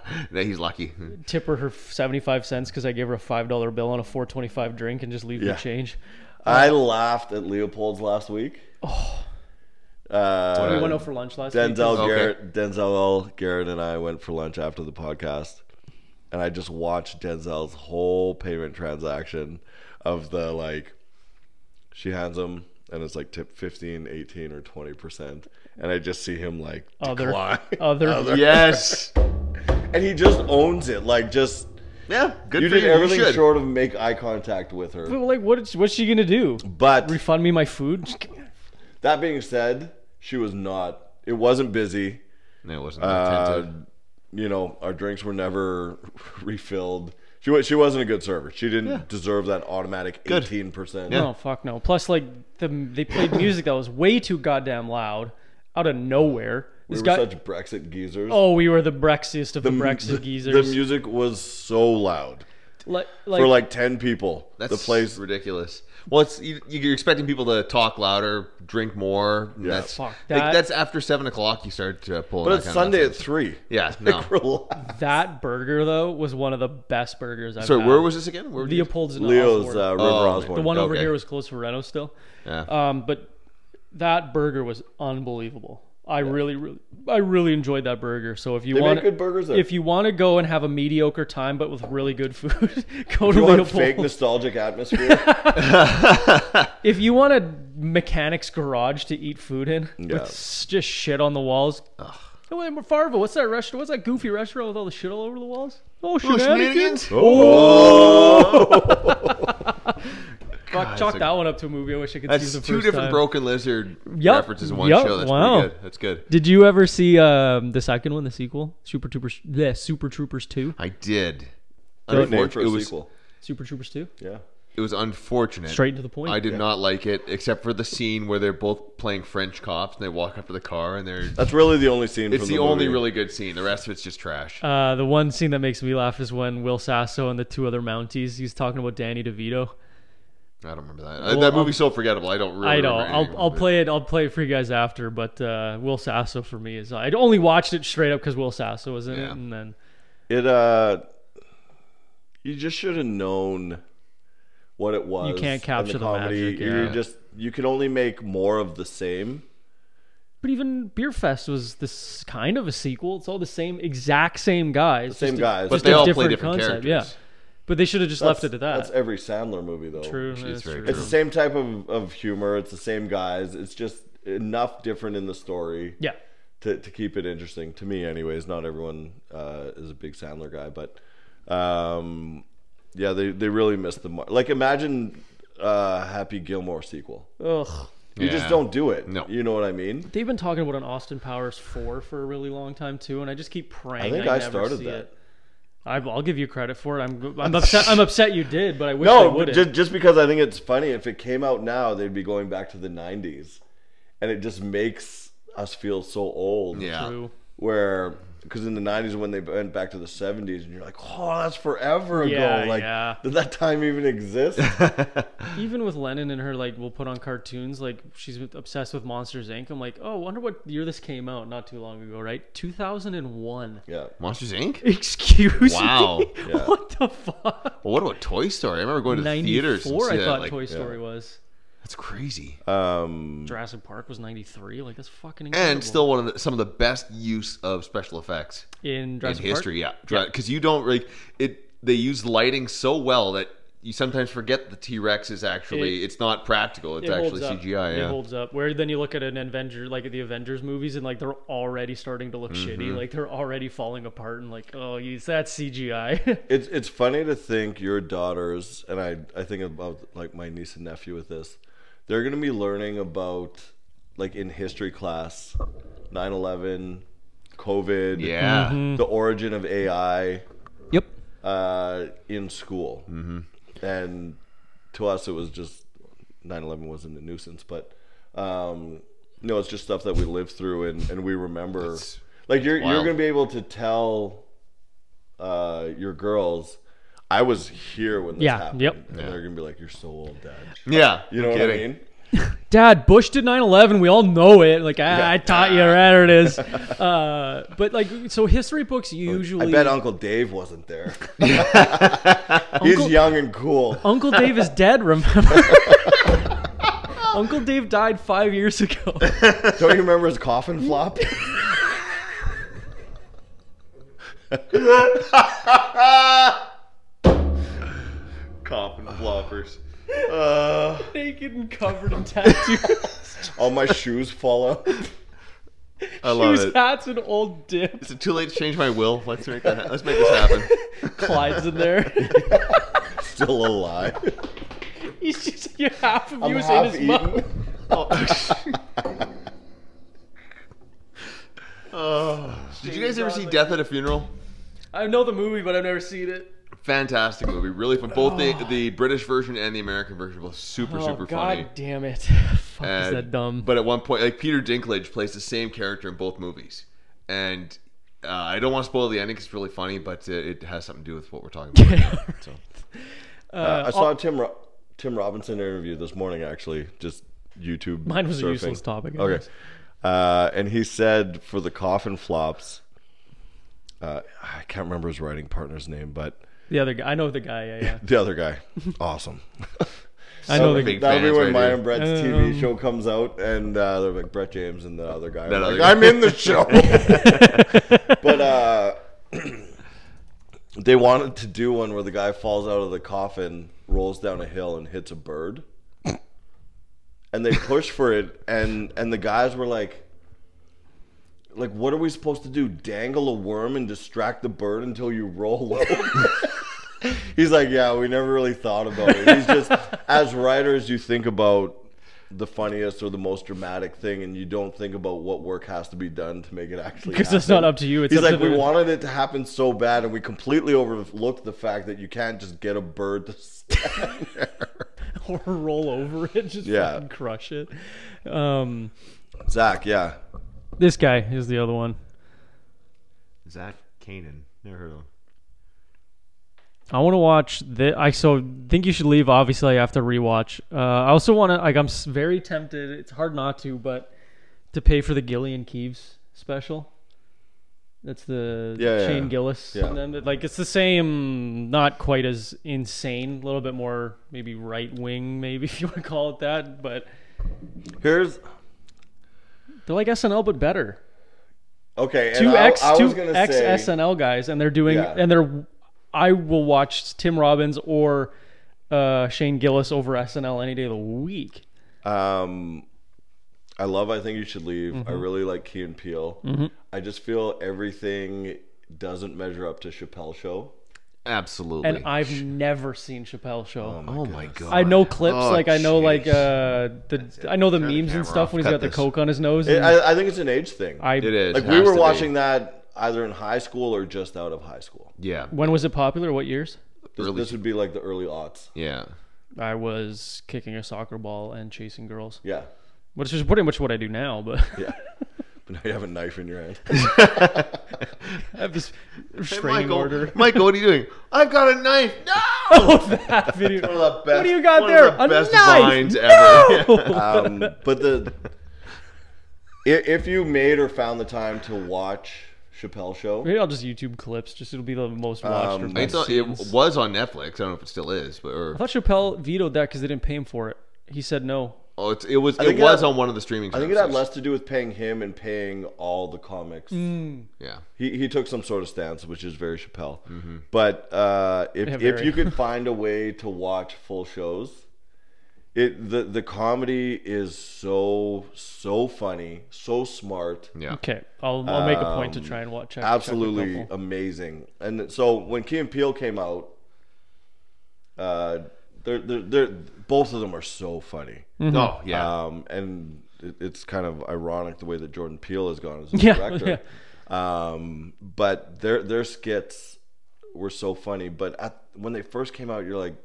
he's lucky. tip her her seventy five cents because I gave her a five dollar bill on a four twenty five drink and just leave Yeah. the change. I laughed at Leopold's last week. Oh. We Uh, went out for lunch last week. Denzel Okay. Garrett, Denzel L. Garrett, and I went for lunch after the podcast, and I just watched Denzel's whole payment transaction of the like. She hands him, and it's like tip 15, 18, or twenty percent, and I just see him like Other. decline. Other, yes. and he just owns it. Like just Yeah. Good you for did you. everything you should. short of make eye contact with her. Well, like what? Is, what's she gonna do? But Refund me my food? Just give me- that being said, she was not. It wasn't busy. No, it wasn't. Uh, attentive. you know, our drinks were never refilled. She was she wasn't a good server. She didn't deserve that automatic eighteen percent. No, Oh, fuck no. Plus, like the they played music that was way too goddamn loud out of nowhere. we This were guy. such Brexit geezers. oh, we were the Brexiest of the, Brexit the, geezers. The music was so loud like, for like ten people. That's the place ridiculous. Well, it's you, you're expecting people to talk louder, drink more. and That's Fuck like, that. that's after seven o'clock. You start uh, pulling. but that it's kind of Sunday at nonsense. three. yeah. No. Like, relax. that burger though was one of the best burgers I've Sorry. had. Where was this again? Where were you- Leopold's? in Leo's Osborne. uh, River Oh, Osborne. the one over okay. here was close to Reno still. Yeah. Um, but that burger was unbelievable. I really, really, I really enjoyed that burger. So if you They want make good burgers there. if you want to go and have a mediocre time but with really good food, go If you to want fake Leopold's. nostalgic atmosphere, If you want a mechanic's garage to eat food in Yeah. with s- just shit on the walls. Oh, wait, Farva, what's that restaurant? What's that goofy restaurant with all the shit all over the walls? Oh, shenanigans! shenanigans? Fuck, that's chalk a- that one up to a movie. I wish I could That's see the two first different time. Broken Lizard Yup, references in one yup, show. That's wow. pretty good. That's good. Did you ever see um, the second one, the sequel, Super Troopers? The Super Troopers Two. I did. Great name for a Unfortunate- it was sequel. Super Troopers 2. Yeah. it was unfortunate. Straight to the point. I did not like it, except for the scene where they're both playing French cops and they walk up to the car and they're. That's really the only scene. It's from the, the only movie. really good scene. The rest of it's just trash. Uh, the one scene that makes me laugh is when Will Sasso and the two other Mounties, he's talking about Danny DeVito. I don't remember that. Uh, well, that I'll- movie's so forgettable. I don't really. I know. remember anything I'll, I'll of it. play it. I'll play it for you guys after. But uh, Will Sasso for me is. I only watched it straight up because Will Sasso was in it, Yeah. and then It uh, you just should have known what it was. can't and capture the magic, You yeah. just you can only make more of the same. But even Beer Fest was this kind of a sequel. It's all the same, exact same guys. just same a- guys. But It's they a all play different different concept, characters. Yeah, but they should have just left it at That's that. every Sandler movie though. true. Actually, that's it's very true. It's the same type of, of humor. It's the same guys. It's just enough different in the story Yeah, to, to keep it interesting to me, anyways. Not everyone uh, is a big Sandler guy, but um, yeah, they they really missed the mark. Like imagine uh, Happy Gilmore sequel. ugh. You just Yeah. don't do it. No. You know what I mean? They've been talking about an Austin Powers four for a really long time too, and I just keep praying. I think I, I never started see that. It. I, I'll give you credit for it. I'm, I'm upset. I'm upset you did, but I wish they No, wouldn't. just, just because I think it's funny. If it came out now, they'd be going back to the 90s. And it just makes us feel so old. Yeah. True. Where, because in the 90s, when they went back to the 70s, and you're like, oh, that's forever ago. Yeah, like, yeah. did that time even exist? Even with Lennon and her, like, we'll put on cartoons. Like, she's obsessed with Monsters Inc. I'm like, oh, wonder what year this came out. Not too long ago, right? 2001. yeah. Monsters Inc. Excuse Wow. me. Yeah. What the fuck? Well, what about Toy Story? I remember going to the theaters. and 94, I see that, thought like, Toy Uh, Story was. That's crazy. Um, Jurassic Park was 93. Like, that's fucking incredible. and still one of the, some of the best use of special effects in Jurassic in history. Park? Yeah, because you don't like it. They use lighting so well that you sometimes forget the T Rex is actually. it's not practical. It's It holds actually up. CGI. It Yeah. holds up. Where then you look at an Avenger, like the Avengers movies, and like they're already starting to look Mm-hmm. shitty. Like they're already falling apart, and like, oh, you, that's CGI. it's it's funny to think your daughters and I I think about like my niece and nephew with this. They're going to be learning about like in history class 9/11, COVID, yeah. the origin of AI yep. uh, in school. Mm-hmm. And to us it was just 9/11 wasn't a nuisance, but um no, it's just stuff that we lived through and, and we remember. That's- like you're you're wild. going to be able to tell uh, your girls, I was here when this Yeah, happened. yep. And they're gonna be like, "You're so old, Dad." Yeah. You know what kidding. I mean? Dad, Bush did 9-11. We all know it. Like, ah, I Yeah. taught you. There it is. Uh, but like, so history books usually. I bet Uncle Dave wasn't there. He's Uncle- young and cool. Uncle Dave is dead. Remember. Uncle Dave died five years ago. Don't you remember his coffin flop? Coffin floppers. Uh, Naked and covered in tattoos, all my shoes fall out. I love shoes, it. hats, and old dips. Is it too late to change my will? Let's make that. Let's make this happen. Clyde's in there. Still alive. He's just you half of I'm you is in half his eaten. mouth. Oh, Did you guys ever see Death at a Funeral? I know the movie, but I've never seen it. Fantastic movie, really fun. Both the, the British version and the American version were both super, Oh super god funny. damn it! Fuck Uh, is And- that dumb? But at one point, like Peter Dinklage plays the same character in both movies, and uh, I don't want to spoil the ending. 'cause it's really funny, but uh, it has something to do with what we're talking about. right now, so. Uh, I saw Tim Ro- Tim Robinson interview this morning. Actually, just YouTube. Mine was a surfing. useless topic. I Okay, guess. uh, and he said for the coffin flops, uh, I can't remember his writing partner's name, but The other guy, I know the guy. Yeah, yeah. the other guy, awesome. I know the Big That'll be fans when right my here. and Brett's TV show comes out, and uh, they're like Brett James and the other guy. That are other like, guy. I'm in the show, but uh, they wanted to do one where the guy falls out of the coffin, rolls down a hill, and hits a bird. And they pushed for it, and and the guys were like, like, what are we supposed to do? Dangle a worm and distract the bird until you roll over? He's like, yeah, we never really thought about it. He's just, as writers, you think about the funniest or the most dramatic thing, and you don't think about what work has to be done to make it actually. Because happen. it's not up to you, it's He's up like, to we the- wanted it to happen so bad, and we completely overlooked the fact that you can't just get a bird to stand there. or roll over it, just Yeah. fucking crush it. Um, Zach, yeah, this guy is the other one. Zach Kanan. Never heard of him. I want to watch the. I so think you should leave. Obviously, I have to rewatch. Uh, I also want to. Like, I'm s- very tempted. It's hard not to, but to pay for the Gillian Keeves special. That's the Yeah, yeah, Shane yeah. Gillis. Yeah. And then, like, it's the same. Not quite as insane. A little bit more, maybe right wing, maybe if you want to call it that. But here's they're like SNL, but better. okay. and two I- X I was two gonna X say- SNL guys, and they're doing Yeah. and they're. I will watch Tim Robbins or uh, Shane Gillis over SNL any day of the week. Um, I love. I think you should leave. I really like Key and Peele. I just feel everything doesn't measure up to Chappelle Show. Absolutely. And I've never seen Chappelle show. oh my god. I know clips, Oh, like I know like jeez. uh, the I know the Turn the memes and camera stuff off. when he's Cut got the this. coke on his nose. It, and I, I think it's an age thing. Mm-hmm. I, it is. like It we has were to be. watching that either in high school or just out of high school. Yeah. when was it popular? What years? This, Early- this would be like the early aughts. Yeah. I was kicking a soccer ball and chasing girls, Yeah, which is pretty much what I do now. But yeah. but now you have a knife in your hand. I have this Hey, restraining Michael, order. Michael, what are you doing? I've got a knife. No. Oh, that video. One of the best, What do you got one there? Of the A best knife? vines No! ever. um, but the i- if you made or found the time to watch Chappelle Show, Maybe I'll just YouTube clips. Just it'll be the most watched. or Um, I most thought seen. it was on Netflix. I don't know if it still is, but or, I thought Chappelle vetoed that because they didn't pay him for it. He said no. oh, it's, it was. It think it was had- on one of the streaming. I think Services. it had less to do with paying him and paying all the comics. Mm. Yeah. He, he took some sort of stance, which is very Chappelle. But uh, if, Yeah, if very. you could find a way to watch full shows, it the, the comedy is so so funny, so smart, Yeah. Okay, I'll, I'll make a point to Um, try and watch. Check, check a absolutely couple. amazing. And so when Key and Peele came out, uh, they're, they're, they're both of them are so funny. mhm. Oh yeah. Um, and it, it's kind of ironic the way that Jordan Peele has gone as a Yeah, director. Um, but their their skits were so funny. But at, when they first came out, you're like,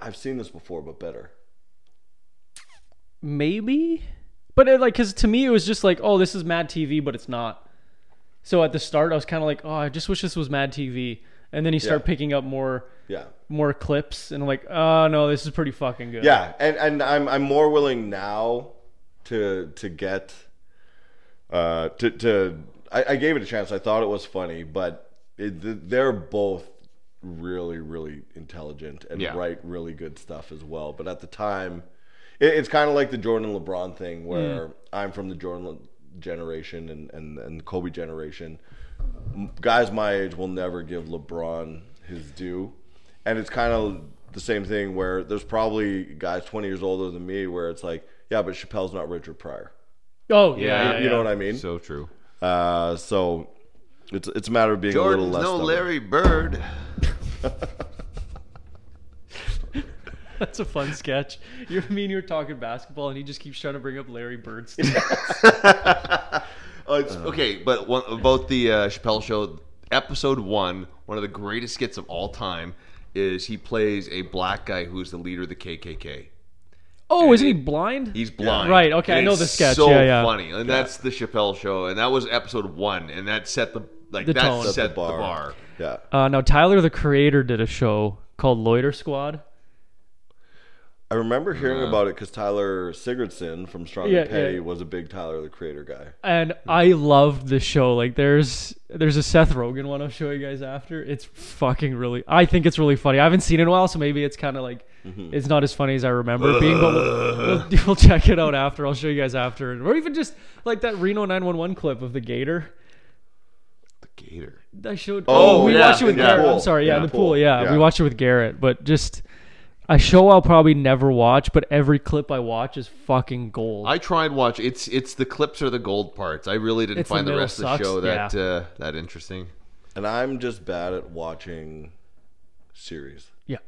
I've seen this before, but better. Maybe, but it, like, cause to me it was just like, oh, this is Mad TV, but it's not. So at the start, I was kind of like, oh, I just wish this was Mad TV. And then you start Yeah. picking up more Yeah, more clips, and I'm like, oh no, this is pretty fucking good. yeah. And and I'm I'm more willing now to to get uh to to I, I gave it a chance. I thought it was funny, but it, they're both really really intelligent and Yeah. write really good stuff as well. But at the time, it, it's kind of like the Jordan LeBron thing, where I'm from the Jordan Le- generation and and and the Kobe generation. M- Guys my age will never give LeBron his due, and it's kind of the same thing where there's probably guys 20 years older than me where it's like, yeah, but Chappelle's not Richard Pryor. Oh yeah. yeah, You- You know what I mean? so true. Uh, so it's it's a matter of being a Jordan's little less. no stubborn. Larry Bird. That's a fun sketch. You I mean you're talking basketball, and he just keeps trying to bring up Larry Bird stuff. Oh, it's, okay, but one, about the uh, Chappelle Show, episode one, one of the greatest skits of all time, is he plays a black guy who's the leader of the KKK. Oh, isn't he blind? He's blind. Right, okay, I know it's the sketch, So yeah, yeah. funny, and that's the Chappelle Show, and that was episode one, and that set the like The that tone. set Set the the bar. bar. Yeah. Uh, now Tyler the Creator did a show called Loiter Squad. I remember hearing Uh-huh. about it because Tyler Sigurdson from Strong Yeah, and Petty yeah. was a big Tyler the Creator guy. and I loved the show. Like there's there's a Seth Rogen one I'll show you guys after. It's fucking really. I think it's really funny. I haven't seen it in a while, so maybe it's kind of like Mm-hmm. it's not as funny as I remember it being. But we'll, we'll, we'll check it out after. I'll show you guys after, or even just like that Reno 911 clip of the Gator. The Gator. I showed. Oh, we yeah, watched it with in the Garrett. I'm pool. sorry. Yeah, Yeah, in the pool. pool. yeah. we Yeah. watched it with Garrett. But just a show I'll probably never watch. But every clip I watch is fucking gold. I tried watch. It's it's the clips or the gold parts. I really didn't It's the find the, middle rest of sucks, the show that yeah. uh, that interesting. And I'm just bad at watching series. yeah.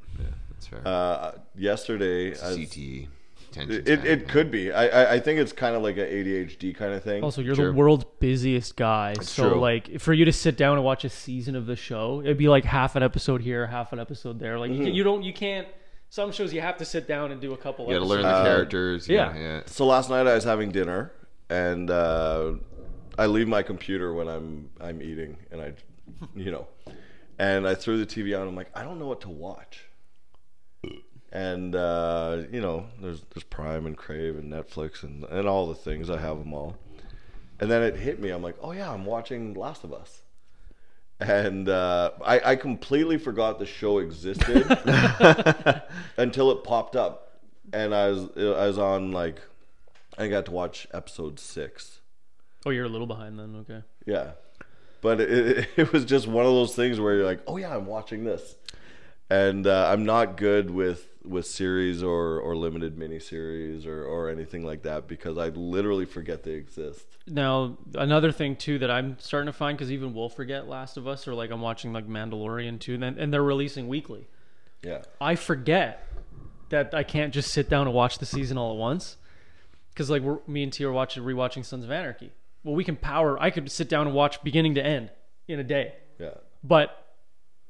That's fair. E, Uh, yesterday, as, CTE. Tension Uh, It, it could be. I, I, I think it's kind of like an ADHD kind of thing. Also, you're Sure. the world's busiest guy. so, true. like, for you to sit down and watch a season of the show, it'd be like half an episode here, half an episode there. Like, you can you, don't, you can't. Some shows you have to sit down and do a couple. You got to episodes. learn uh, the characters. you yeah. gotta- yeah. so last night I was having dinner, and uh, I leave my computer when I'm I'm eating, and I, you know, and I threw the TV on. I'm like, I don't know what to watch. And uh, you know, there's there's Prime and Crave and Netflix and and all the things. I have them all. And then it hit me. I'm like, oh yeah, I'm watching Last of Us. And uh, I, I completely forgot the show existed until it popped up, and I was I was on like I got to watch episode six. Oh, you're a little behind then. Okay. Yeah, but it, it, it was just one of those things where you're like, oh yeah, I'm watching this, and uh, I'm not good with with series or or limited miniseries or or anything like that because I literally forget they exist. Now, another thing too that I'm starting to find because even we'll forget Last of Us or like I'm watching like Mandalorian too, and then, and they're releasing weekly. Yeah, I forget that I can't just sit down and watch the season all at once because like we're, me and T are watching rewatching Sons of Anarchy. Well, we can power. I could sit down and watch beginning to end in a day, yeah, but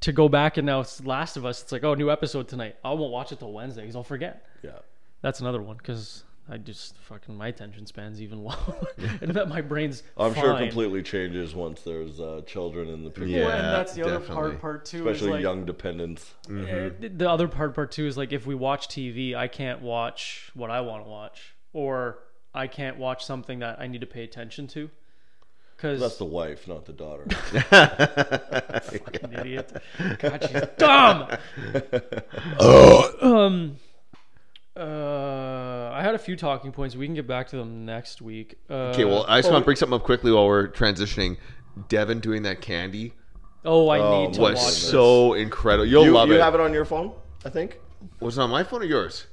to go back and now it's Last of Us. It's like oh, new episode tonight. I won't watch it till Wednesday because I'll forget. yeah. That's another one because. I just fucking my attention spans even low, and that my brain's. I'm sure it fine. completely changes once there's uh, children in the picture, Yeah. Well, and that's the other definitely. part. Part two, especially is like, young dependents. Mm-hmm. uh, The other part, part two, is like if we watch TV, I can't watch what I want to watch, or I can't watch something that I need to pay attention to, That's because the wife, not the daughter. an idiot. God, she's dumb. Oh. um, uh, I had a few talking points. We can get back to them next week. Uh, Okay, well, I just oh, want to bring something up quickly while we're transitioning. Devin doing that candy Oh, I Oh, need to my watch. was goodness. this. so incredible. You'll you love you it. have it on your phone, I think. Was it on my phone or yours?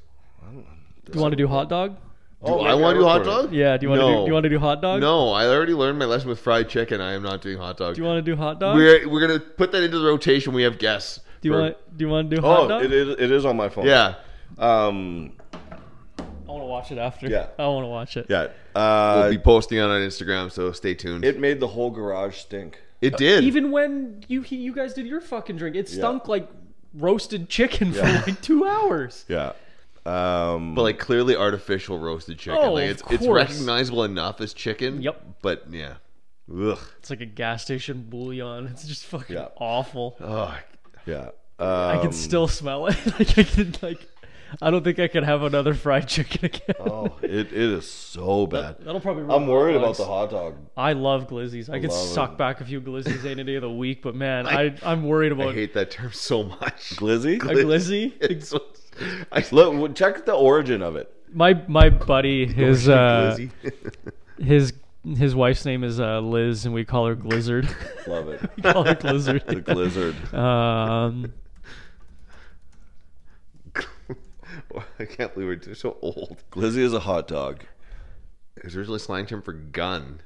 Do you want to do hot dog? Oh, I want to do hot recorded it. dog. Yeah. Do you want to? No. Do, do you want to do hot dog? No, I already learned my lesson with fried chicken. I am not doing hot dog. Do you want to do hot dog? we're we're gonna put that into the rotation. We have guests. do you for- want? Do you want to do hot Oh, dog? it is, it is on my phone. Yeah. Um. I want to watch it after. Yeah. I want to watch it. Yeah. We'll Uh, be posting on our Instagram, so stay tuned. It, it made the whole garage stink. did. Even when you he, you guys did your fucking drink, it stunk like roasted chicken for Yeah. like two hours. Yeah. Um. but like clearly artificial roasted chicken. Oh, like of it's it's course. recognizable enough as chicken. Yep. But yeah. Ugh. It's like a gas station bouillon. It's just fucking Yeah. awful. Ugh. yeah. I Um, can still smell it. like I can like. I don't think I could have another fried chicken again. oh, it, it is so bad. That'll probably. ruin I'm worried hot about dogs. the hot dog. I love glizzies. I, could love suck it. back a few glizzies any day of the week, but man, I, I am worried I about hate that term so much. Glizzy. a glizzy. It's so- I Look, w- check the origin of it. My my buddy, his uh, Glizzy. his his wife's name is uh, Liz, and we call her Glizzard. Love it. we call her The Glizzard. Glizzard. Um, I can't believe we're just so old. Glizzy is a hot dog. It was originally a slang term for gun.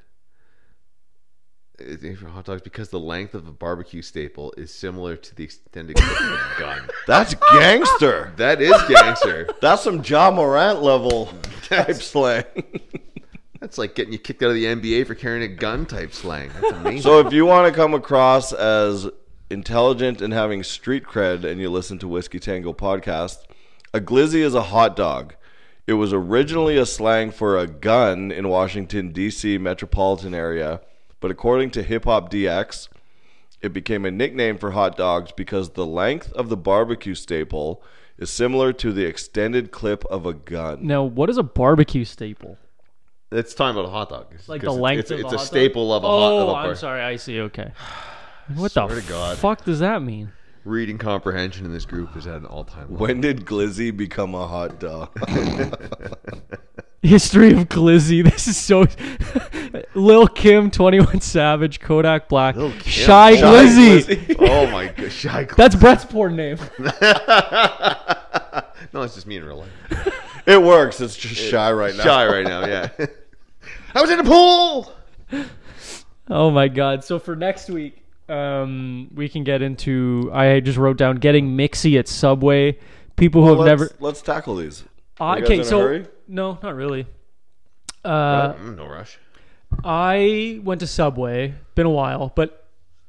It's named for hot dogs because the length of a barbecue staple is similar to the extended cooking of a gun. That's gangster. That is gangster. That's some John Morant level type slang. That's like getting you kicked out of the NBA for carrying a gun type slang. That's amazing. So if you want to come across as intelligent and having street cred and you listen to Whiskey Tango podcast, a glizzy is a hot dog. It was originally a slang for a gun in Washington D.C. metropolitan area, but according to Hip Hop DX, it became a nickname for hot dogs because the length of the barbecue staple is similar to the extended clip of a gun. now, what is a barbecue staple? That's talking about a hot dog. It's Like 'cause the it's- length It's, of it's a hot dog? staple of a hot Oh, of a I'm bar- sorry. I see. Okay. What Swear the to God. fuck does that mean? Reading comprehension in this group is at an all time low. When did glizzy become a hot dog? History of Glizzy. This is so. Lil Kim, Twenty One Savage, Kodak Black, Shy Shy Glizzy. oh my gosh, shy Glizzy. That's Brett's porn name. No, it's just me in real life. it works. It's just shy right now. Shy right now, yeah. I was in a pool. Oh my god! So for next week, um, we can get into. I just wrote down getting mixy at Subway. People who have Let's, never. let's tackle these. I, you guys okay, in a so hurry? no, not really. Uh, Mm, no rush. I went to Subway. Been a while, but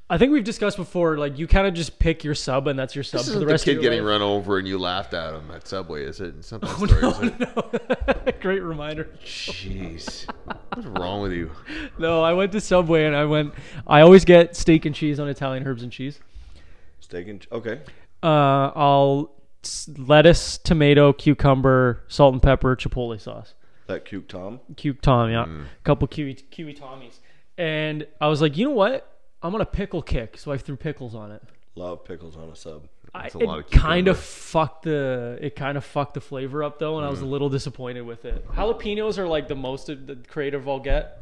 I think we've discussed before. Like you kind of just pick your sub, and that's your sub This for isn't the the, rest kid of your getting life. Oh, run over and you laughed at him at Subway, is it? In some of the stories, is it? No, great reminder. Jeez, what's wrong with you? No, I went to Subway, and I went. I always get steak and cheese on Italian herbs and cheese. Steak and ch- okay. Uh, I'll s- lettuce, tomato, cucumber, salt and pepper, chipotle sauce. That cute Tom. Q Tom, yeah. Mm. couple Kiwi, Kiwi Tommies. And I was like, you know what? I'm on a pickle kick. So I threw pickles on it. Love pickles on a sub. I, That's a lot it of kind cucumber. of fucked the it kind of fucked the flavor up though, and I was a Mm. little disappointed with it. Jalapenos are like the most of the creative I'll get,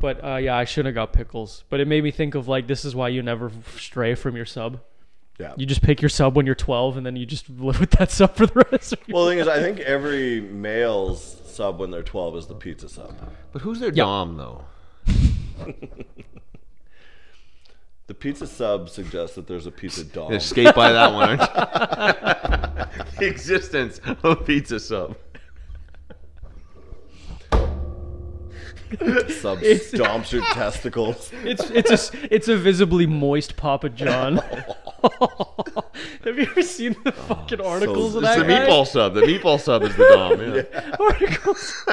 but uh, yeah, I shouldn't have got pickles. But it made me think of like this is why you never stray from your sub. Yeah. You just pick your sub when you're 12, and then you just live with that sub for the rest of your. well, the thing is, I think every male's sub when they're 12 is the pizza sub. But who's their dom though? The pizza sub suggests that there's a pizza dom. Escape by that one. Aren't you? the existence of pizza sub. sub It's- stomps your testicles. It's it's a s- it's a visibly moist Papa John. Have you ever seen the fucking articles so- of it's that Oh, It's the guy? meatball sub. The meatball sub is the dom. Yeah. articles.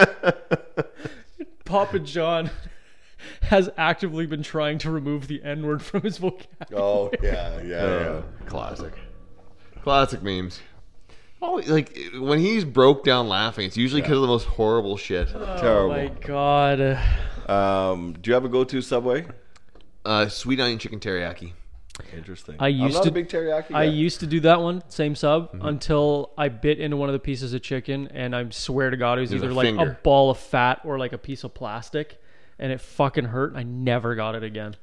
Papa John has actively been trying to remove the N word from his vocabulary. Oh yeah, yeah, yeah. Uh, classic. Classic memes. Oh, like when he's broke down laughing, it's usually because of the most horrible shit. Oh my Terrible. god. Um, do you have a go-to Subway? Uh, sweet onion chicken teriyaki. Interesting. I I'm used not to- a big teriyaki. I guy. used to do that one, same sub, Mm-hmm. until I bit into one of the pieces of chicken, and I swear to God, it was There's either a like finger. a ball of fat or like a piece of plastic, and it fucking hurt. and I never got it again.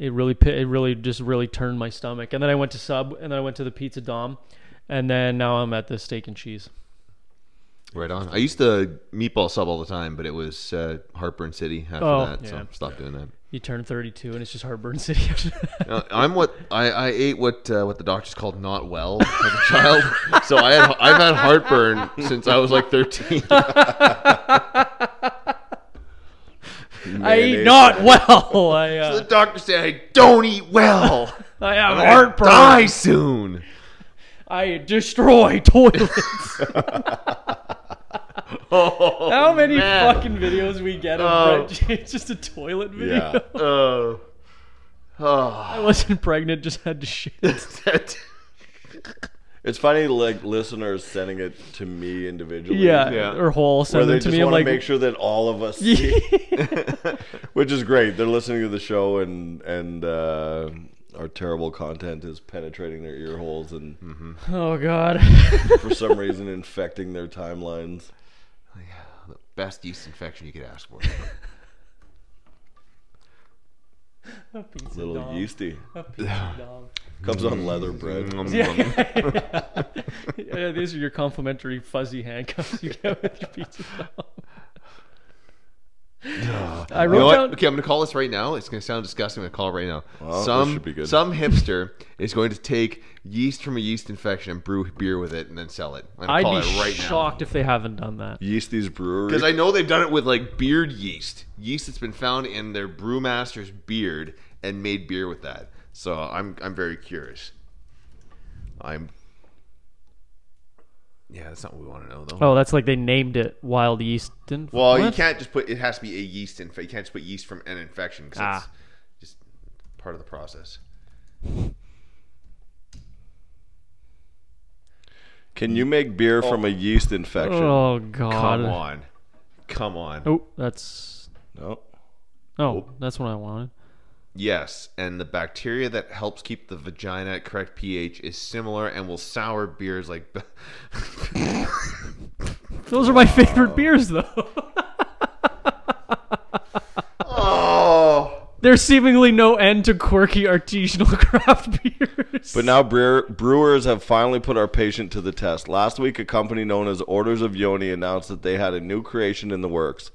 It really, pi- it really just really turned my stomach. And then I went to sub, and then I went to the pizza dom, and then now I'm at the steak and cheese. Right on. I used to meatball sub all the time, but it was uh, Heartburn City after Oh, that, yeah. so stopped doing that. You turn 32 and it's just Heartburn City. after that. Uh, I'm what I, I ate what uh, what the doctors called not well as a child. so I had I've had heartburn since I was like 13. I eat Mayonnaise. not well. I, the uh, doctors say I don't eat well. I have I heartburn. Die soon. I destroy toilets. Oh, How many man. fucking videos we get of Oh. Brett James? Just a toilet video. Yeah. Oh. Oh. I wasn't pregnant, just had to shit. That- It's funny, like listeners sending it to me individually. Yeah, Yeah. or whole Where send they them to just me. I'm want like, to make sure that all of us, see, which is great. They're listening to the show, and and uh, our terrible content is penetrating their ear holes and oh god. for some reason infecting their timelines. the best yeast infection you could ask for. A pizza Little dom. yeasty A pizza dom. comes on leather bread. Yeah. yeah, these are your complimentary fuzzy handcuffs you get with your pizza dom. I You know wrote what? down. Okay, I'm gonna call this right now. It's gonna sound disgusting. I'm gonna call it right now. this some should be good. some hipster is going to take yeast from a yeast infection and brew beer with it and then sell it. I'm gonna I'd call be it right shocked if they haven't done that. Yeasty's brewery. because I know they've done it with like beard yeast, yeast that's been found in their brewmaster's beard and made beer with that. So I'm I'm very curious. I'm. Yeah, that's not what we want to know though. Oh, that's like they named it wild yeast. Didn't Well, you what? can't just put. It has to be a yeast infection. You can't just put yeast from an infection because Ah. it's just part of the process. Can you make beer from a yeast infection? Oh god. Come on, come on. Oh, that's No. oh, that's what I wanted. Yes, and the bacteria that helps keep the vagina at correct pH is similar and will sour beers like. Those are my favorite beers, though. oh, There's seemingly no end to quirky artisanal craft beers. But now brewer, brewers have finally put our patient to the test. Last week, a company known as Orders of Yoni announced that they had a new creation in the works.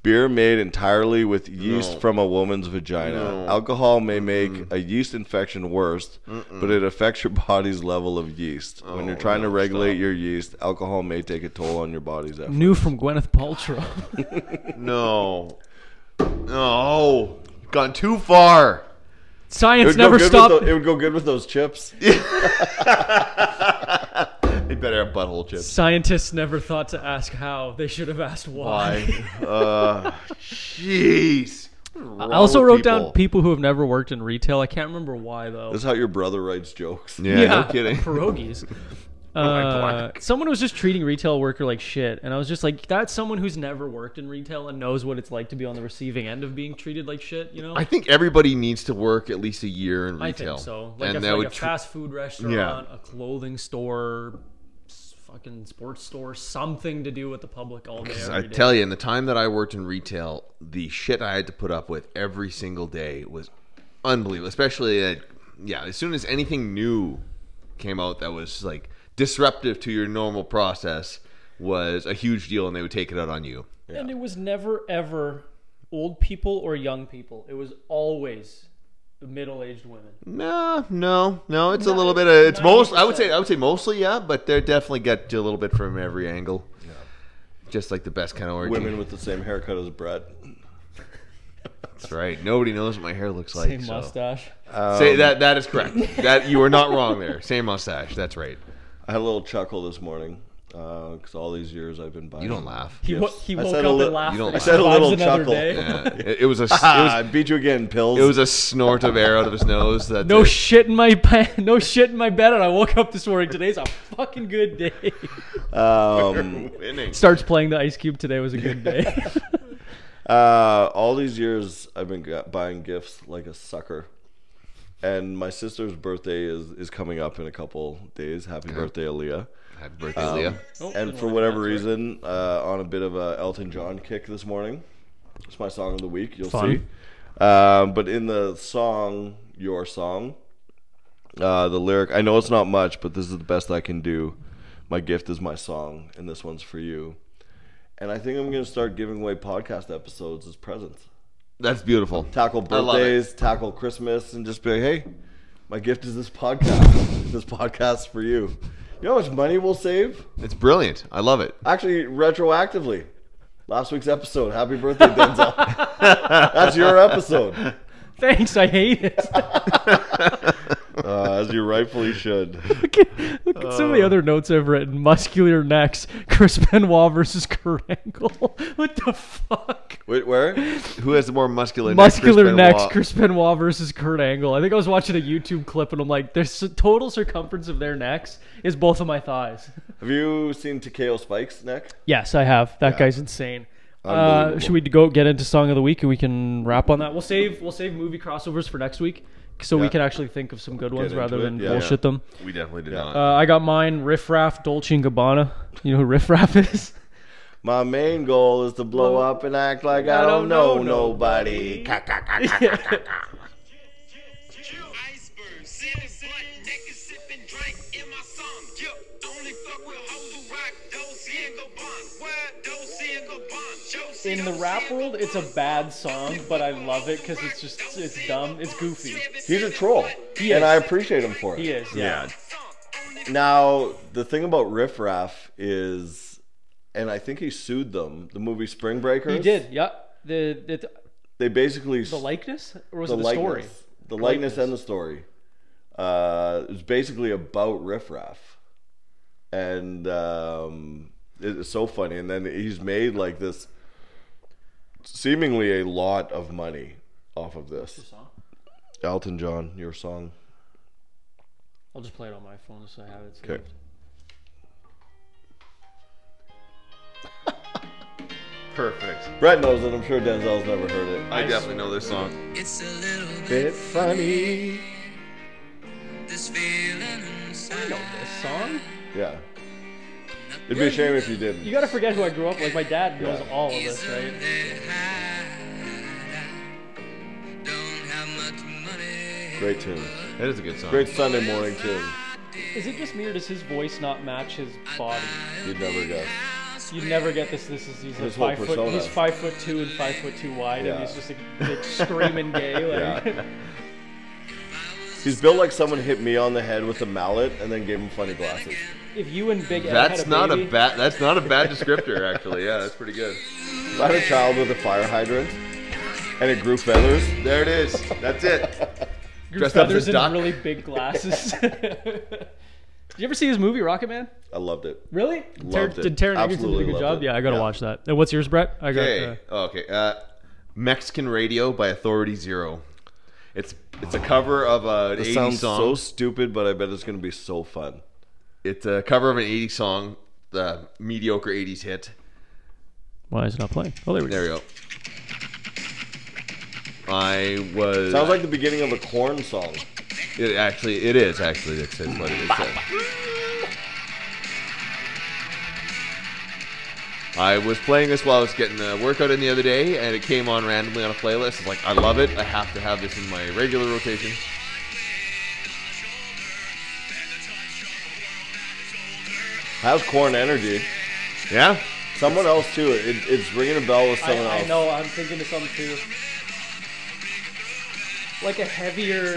Beer made entirely with yeast No. from a woman's vagina. No. Alcohol may make a yeast infection worse, but it affects your body's level of yeast. when you're Oh, trying to no, regulate stop. your yeast, alcohol may take a toll on your body's effort. New from Gwyneth Paltrow. No. No. Gone too far. Science go never good with stopped. tho- it would go good with those chips. They better have butthole chips. Scientists never thought to ask how. They should have asked why. Why? Uh, Jeez. I also wrote down people who have never worked in retail. I can't remember why though. That's how your brother writes jokes. Yeah, no kidding. Pierogies. my Uh, God. someone was just treating retail worker like shit, and I was just like, "That's someone who's never worked in retail and knows what it's like to be on the receiving end of being treated like shit." You know, I think everybody needs to work at least a year in I retail. think so. Like, and a, that like would a tr- fast food restaurant, Yeah. a clothing store, s- fucking sports store, something to do with the public all day. I every day. tell you, in the time that I worked in retail, the shit I had to put up with every single day was unbelievable. Especially at, yeah, as soon as anything new came out that was like disruptive to your normal process was a huge deal, and they would take it out on you. And it was never ever old people or young people. It was always middle-aged women. No, no, no. It's a little bit. Of, it's most. I would say. 90%. I would say mostly. Yeah, but they definitely got a little bit from every angle. Just like the best kind of orgy. Women with the same haircut as Brett. That's right. Nobody knows what my hair looks like. Same so. mustache. Say that. That is correct. that you are not wrong there. Same mustache. That's right. I had a little chuckle this morning because all these years I've been buying. You don't laugh. He, wo- Yes. he I woke up said a and li- laughed. you don't and I said a survived little another chuckle. day. Yeah. It, it was a. It Ah, I was, beat you again, pills. it was a snort of air out of his nose. That uh, No shit in my pa- no shit in my bed, and I woke up this morning. Today's a fucking good day. um, winning. Starts playing the Ice Cube. Today was a good day. uh, all these years I've been gu- buying gifts like a sucker. And my sister's birthday is, is coming up in a couple days. Happy birthday, Aaliyah. Happy birthday, Leah. Oh, and didn't for work. whatever reason, uh, on a bit of a Elton John kick this morning. It's my song of the week. You'll Fun. see. Um, but in the song, your song, uh, the lyric. I know it's not much, but this is the best I can do. My gift is my song, and this one's for you. And I think I'm gonna start giving away podcast episodes as presents. That's beautiful. Tackle I love it. birthdays, tackle Christmas, and just be like, hey, my gift is this podcast. this podcast's for you. You know how much money we'll save? It's brilliant. I love it. Actually, retroactively, last week's episode. Happy birthday, Denzel. That's your episode, Thanks, I hate it. uh, as you rightfully should. look at, look at Oh. some of the other notes I've written. Muscular necks. Chris Benoit versus Kurt Angle. what the fuck? Wait, where? Who has the more muscular? Muscular neck, Chris necks. Benoit? Chris Benoit versus Kurt Angle. I think I was watching a YouTube clip and I'm like, the s- total circumference of their necks is both of my thighs. Have you seen Takeo Spike's neck? Yes, I have. That guy's insane. Uh, Unbelievable. should we go get into song of the week and we can wrap on that? We'll save we'll save movie crossovers for next week, so we Yeah. can actually think of some good ones into rather it. than Yeah. bullshit them. We definitely did not. Uh, I got mine. Riff Raff, Dolce and Gabbana. You know who Riff Raff is? My main goal is to blow up and act like I, don't, know, nobody. Chill. Iceberg, sit and blunt, take a sip and drink in my song. Yeah, only fuck with hoes who rock Dolce and Gabbana. Why Dolce and Gabbana? Josie, In the Dolce rap and world, it's a Gabbana. bad song, but I love it because it's just it's dumb, it's goofy. He's a troll, He and is. I appreciate him for it. He is, yeah. Now, the thing about Riff Raff is, and I think he sued them. The movie Spring Breakers. He did, yeah. The the, They basically the likeness or was the, it the likeness, story? the likeness, Likeness. and the story. Uh, it was basically about Riff Raff, and um, it's so funny. And then he's made like this, seemingly a lot of money off of this. Elton John, your song. I'll just play it on my phone so I have it. Okay. saved. Perfect. Brett knows it. I'm sure Denzel's never heard it. I definitely know this song. It's a little Bit funny. this feeling inside. know this song. Yeah. It'd be a shame if you didn't. You gotta forget who I grew up. Like my dad knows Yeah. all of this, right? Don't have much money. Great tune. That is a good song. Great Sunday morning tune. Is it just me or does his voice not match his body? You'd never guess. House You never get this. This is he's like His whole five foot. persona. He's five foot two and five foot two wide, and Yeah. he's just like, like screaming gay. Like, Yeah. He's built like someone hit me on the head with a mallet and then gave him funny glasses. if you and Big Ed That's had a not a baby- bad. That's not a bad descriptor, actually. Yeah, that's pretty good. If I had a child with a fire hydrant and it grew feathers, There it is. That's it. grew dressed up as a feathers and duck. really big glasses. Did you ever see his movie Rocket Man? I loved it. Really? Loved it. Did Taron Egerton do a Absolutely good loved job? it. Yeah, I gotta Yeah. watch that. And what's yours, Brett? I got. uh, Okay. Oh, okay. Uh, Mexican Radio by Authority Zero. It's it's a cover of a an It 80s sounds song. so stupid, but I bet it's gonna be so fun. It's a cover of an 80s song, the mediocre 80s hit. why is it not playing? Oh, there we go. There we go. I was Sounds like the beginning of a corn song. it actually it is actually it's, it's what it is. I was playing this while I was getting a workout in the other day, and it came on randomly on a playlist. It's like I love it. I have to have this in my regular rotation. Has corn energy. Yeah, Someone else too. It, it's ringing a bell with someone I, I else. know. I'm thinking of something too. Like a heavier,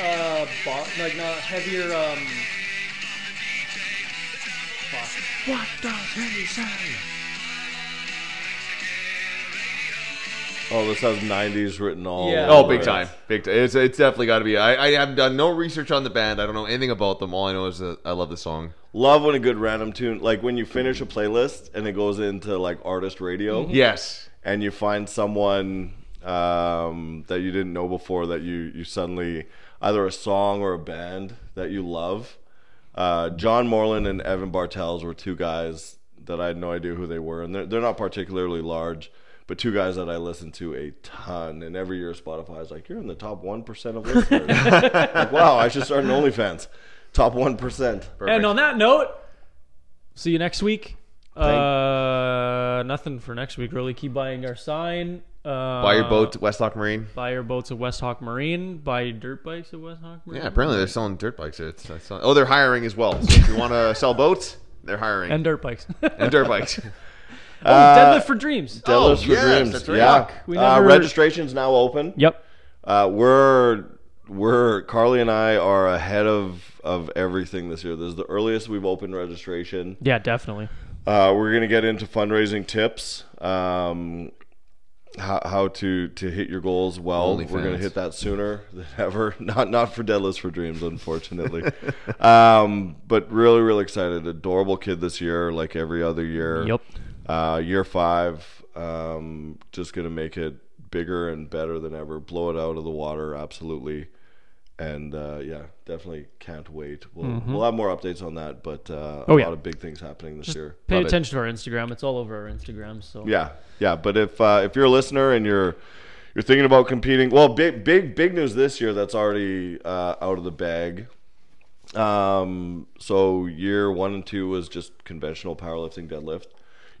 uh, bo- like not heavier. Um, fuck. What does he say? Oh, this has '90s written all. Yeah. Oh, over big it. time, big time. It's, it's definitely got to be. I, I have done no research on the band. I don't know anything about them. All I know is that I love the song. Love when a good random tune, like when you finish a playlist and it goes into like artist radio, Mm-hmm. Yes, and you find someone um, that you didn't know before that you you suddenly either a song or a band that you love. Uh, John Morland and Evan Bartels were two guys that I had no idea who they were, and they're they're not particularly large, but two guys that I listen to a ton. And every year Spotify is like, "You're in the top one percent of listeners." like, wow, I should start an OnlyFans. Top one percent. Oh, And on that note, see you next week. Uh, nothing for next week. Really, keep buying our sign. Uh, buy your boat, Westlock Marine. Buy your boats at West Hawk Marine. Buy your dirt bikes at West Hawk Marine. Yeah, apparently they're selling dirt bikes. here. It's, it's not- oh, they're hiring as well. So if you want to sell boats, they're hiring And dirt bikes. And dirt bikes. oh, deadlift for Deadlifts dreams. Oh, for yes, Dreams. that's right. Yeah. Fuck, we uh, never- registration's now open. Yep. Uh, we're we're Carly and I are ahead of of everything this year. This is the earliest we've opened registration. Yeah, definitely. Uh, we're gonna get into fundraising tips, um, how, how to to hit your goals well. OnlyFans. We're gonna hit that sooner than ever. Not not for Deadlifts for Dreams, unfortunately. um, but really, really excited. Adorable kid this year, like every other year. Yep. Uh, year five, um, just gonna make it bigger and better than ever. Blow it out of the water, absolutely. And uh, yeah, definitely can't wait. We'll, we'll have more updates on that, but uh, a Mm-hmm. Oh, lot yeah. of big things happening this year. Pay Love it. attention to our Instagram. It's all over our Instagram. So Yeah, yeah. But if uh, if you're a listener and you're you're thinking about competing, well, big big big news this year that's already uh, out of the bag. Um, so year one and two was just conventional powerlifting deadlift.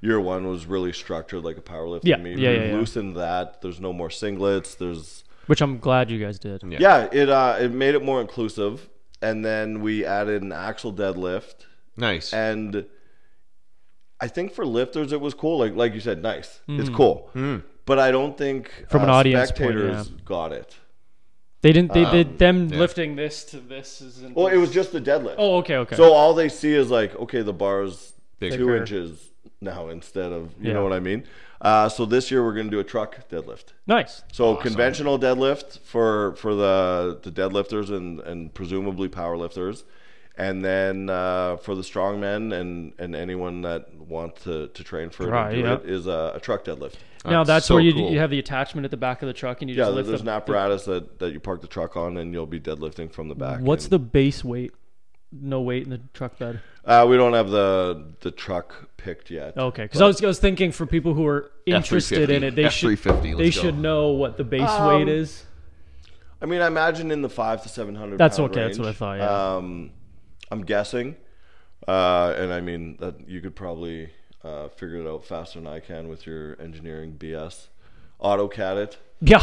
Year one was really structured like a powerlifting Yeah, meet. yeah, We yeah, yeah. loosened that. There's no more singlets. There's which I'm glad you guys did. Yeah. yeah, it uh, it made it more inclusive. And then we added an axle deadlift Nice. and I think for lifters it was cool. Like like you said, nice. It's cool. But I don't think Hmm. uh, From an audience point, spectators got it. They didn't. They did them Um, yeah. lifting this to this isn't. Well, it was just the deadlift. oh, okay, okay. So all they see is like, okay, the bar's two Bigger. inches now instead of you Yeah. know what I mean. Uh, so this year we're gonna do a truck deadlift. nice. So conventional deadlift for for the the deadlifters and and presumably powerlifters, and then uh, for the strongmen and and anyone that wants to to train for it, Right, and do yeah. it is a, a truck deadlift. now That's that's Ah, so where you, cool. you have the attachment at the back of the truck and you Yeah, just lift there's the- an apparatus that, that you park the truck on, and you'll be deadlifting from the back. What's And, the base weight? No weight in the truck bed. Uh, we don't have the the truck picked yet. Okay, because I was, I was thinking for people who are interested in it, they should F350, they let's go. should know what the base weight is. I mean, I imagine in the five to seven hundred. That's pound okay, that's what I range. thought, yeah. Um, I'm guessing, uh, and I mean that you could probably uh, figure it out faster than I can with your engineering BS. AutoCAD it. Yeah,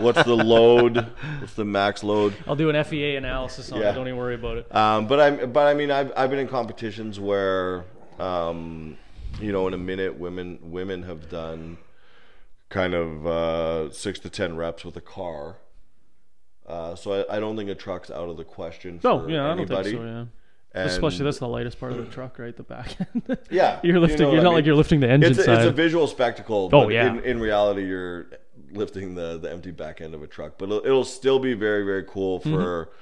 What's the load? What's the max load? I'll do an FEA analysis on it. Yeah. Uh, Don't even worry about it. Um, but I, but I mean, I've I've been in competitions where um, you know, in a minute, women women have done kind of uh, six to ten reps with a car. Uh, so I, I don't think a truck's out of the question. For No, Oh, yeah, I don't anybody. think so. Yeah. And- Especially that's the lightest part of the truck, right? The back end. Yeah, you're you know lifting. what you're I not mean? like you're lifting the engine It's a, side. it's a visual spectacle. Oh, but yeah. In, in reality, you're lifting the the empty back end of a truck, but it'll, it'll still be very very cool Mm-hmm. for.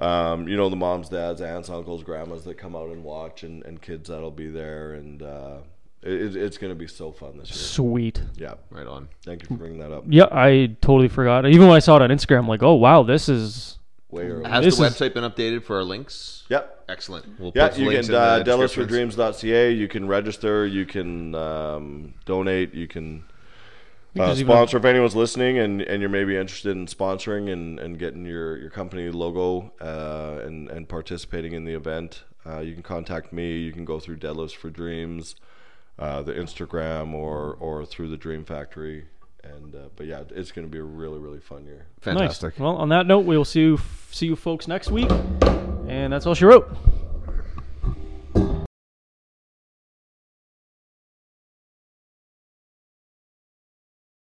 Um, you know the moms, dads, aunts, uncles, grandmas that come out and watch, and, and kids that'll be there, and uh, it, it's going to be so fun this Sweet. year. Yeah, Right on. thank you for bringing that up. Yeah, I totally forgot. Even when I saw it on Instagram, like, oh wow, this is Way early. Has This the is- website been updated for our links? Yep. Excellent. We'll Yeah, put the you links can in the uh, descriptions. DellasForDreams.ca. You can register. You can um, donate. You can uh, there's even- sponsor if anyone's listening and, and you're maybe interested in sponsoring and, and getting your, your company logo uh, and, and participating in the event. Uh, you can contact me. You can go through Deadlifts for Dreams, uh, the Instagram, or or through the Dream Factory. And uh, but yeah, it's going to be a really really fun year. nice. Fantastic. Well, on that note, we will see you see you folks next week. And that's all she wrote.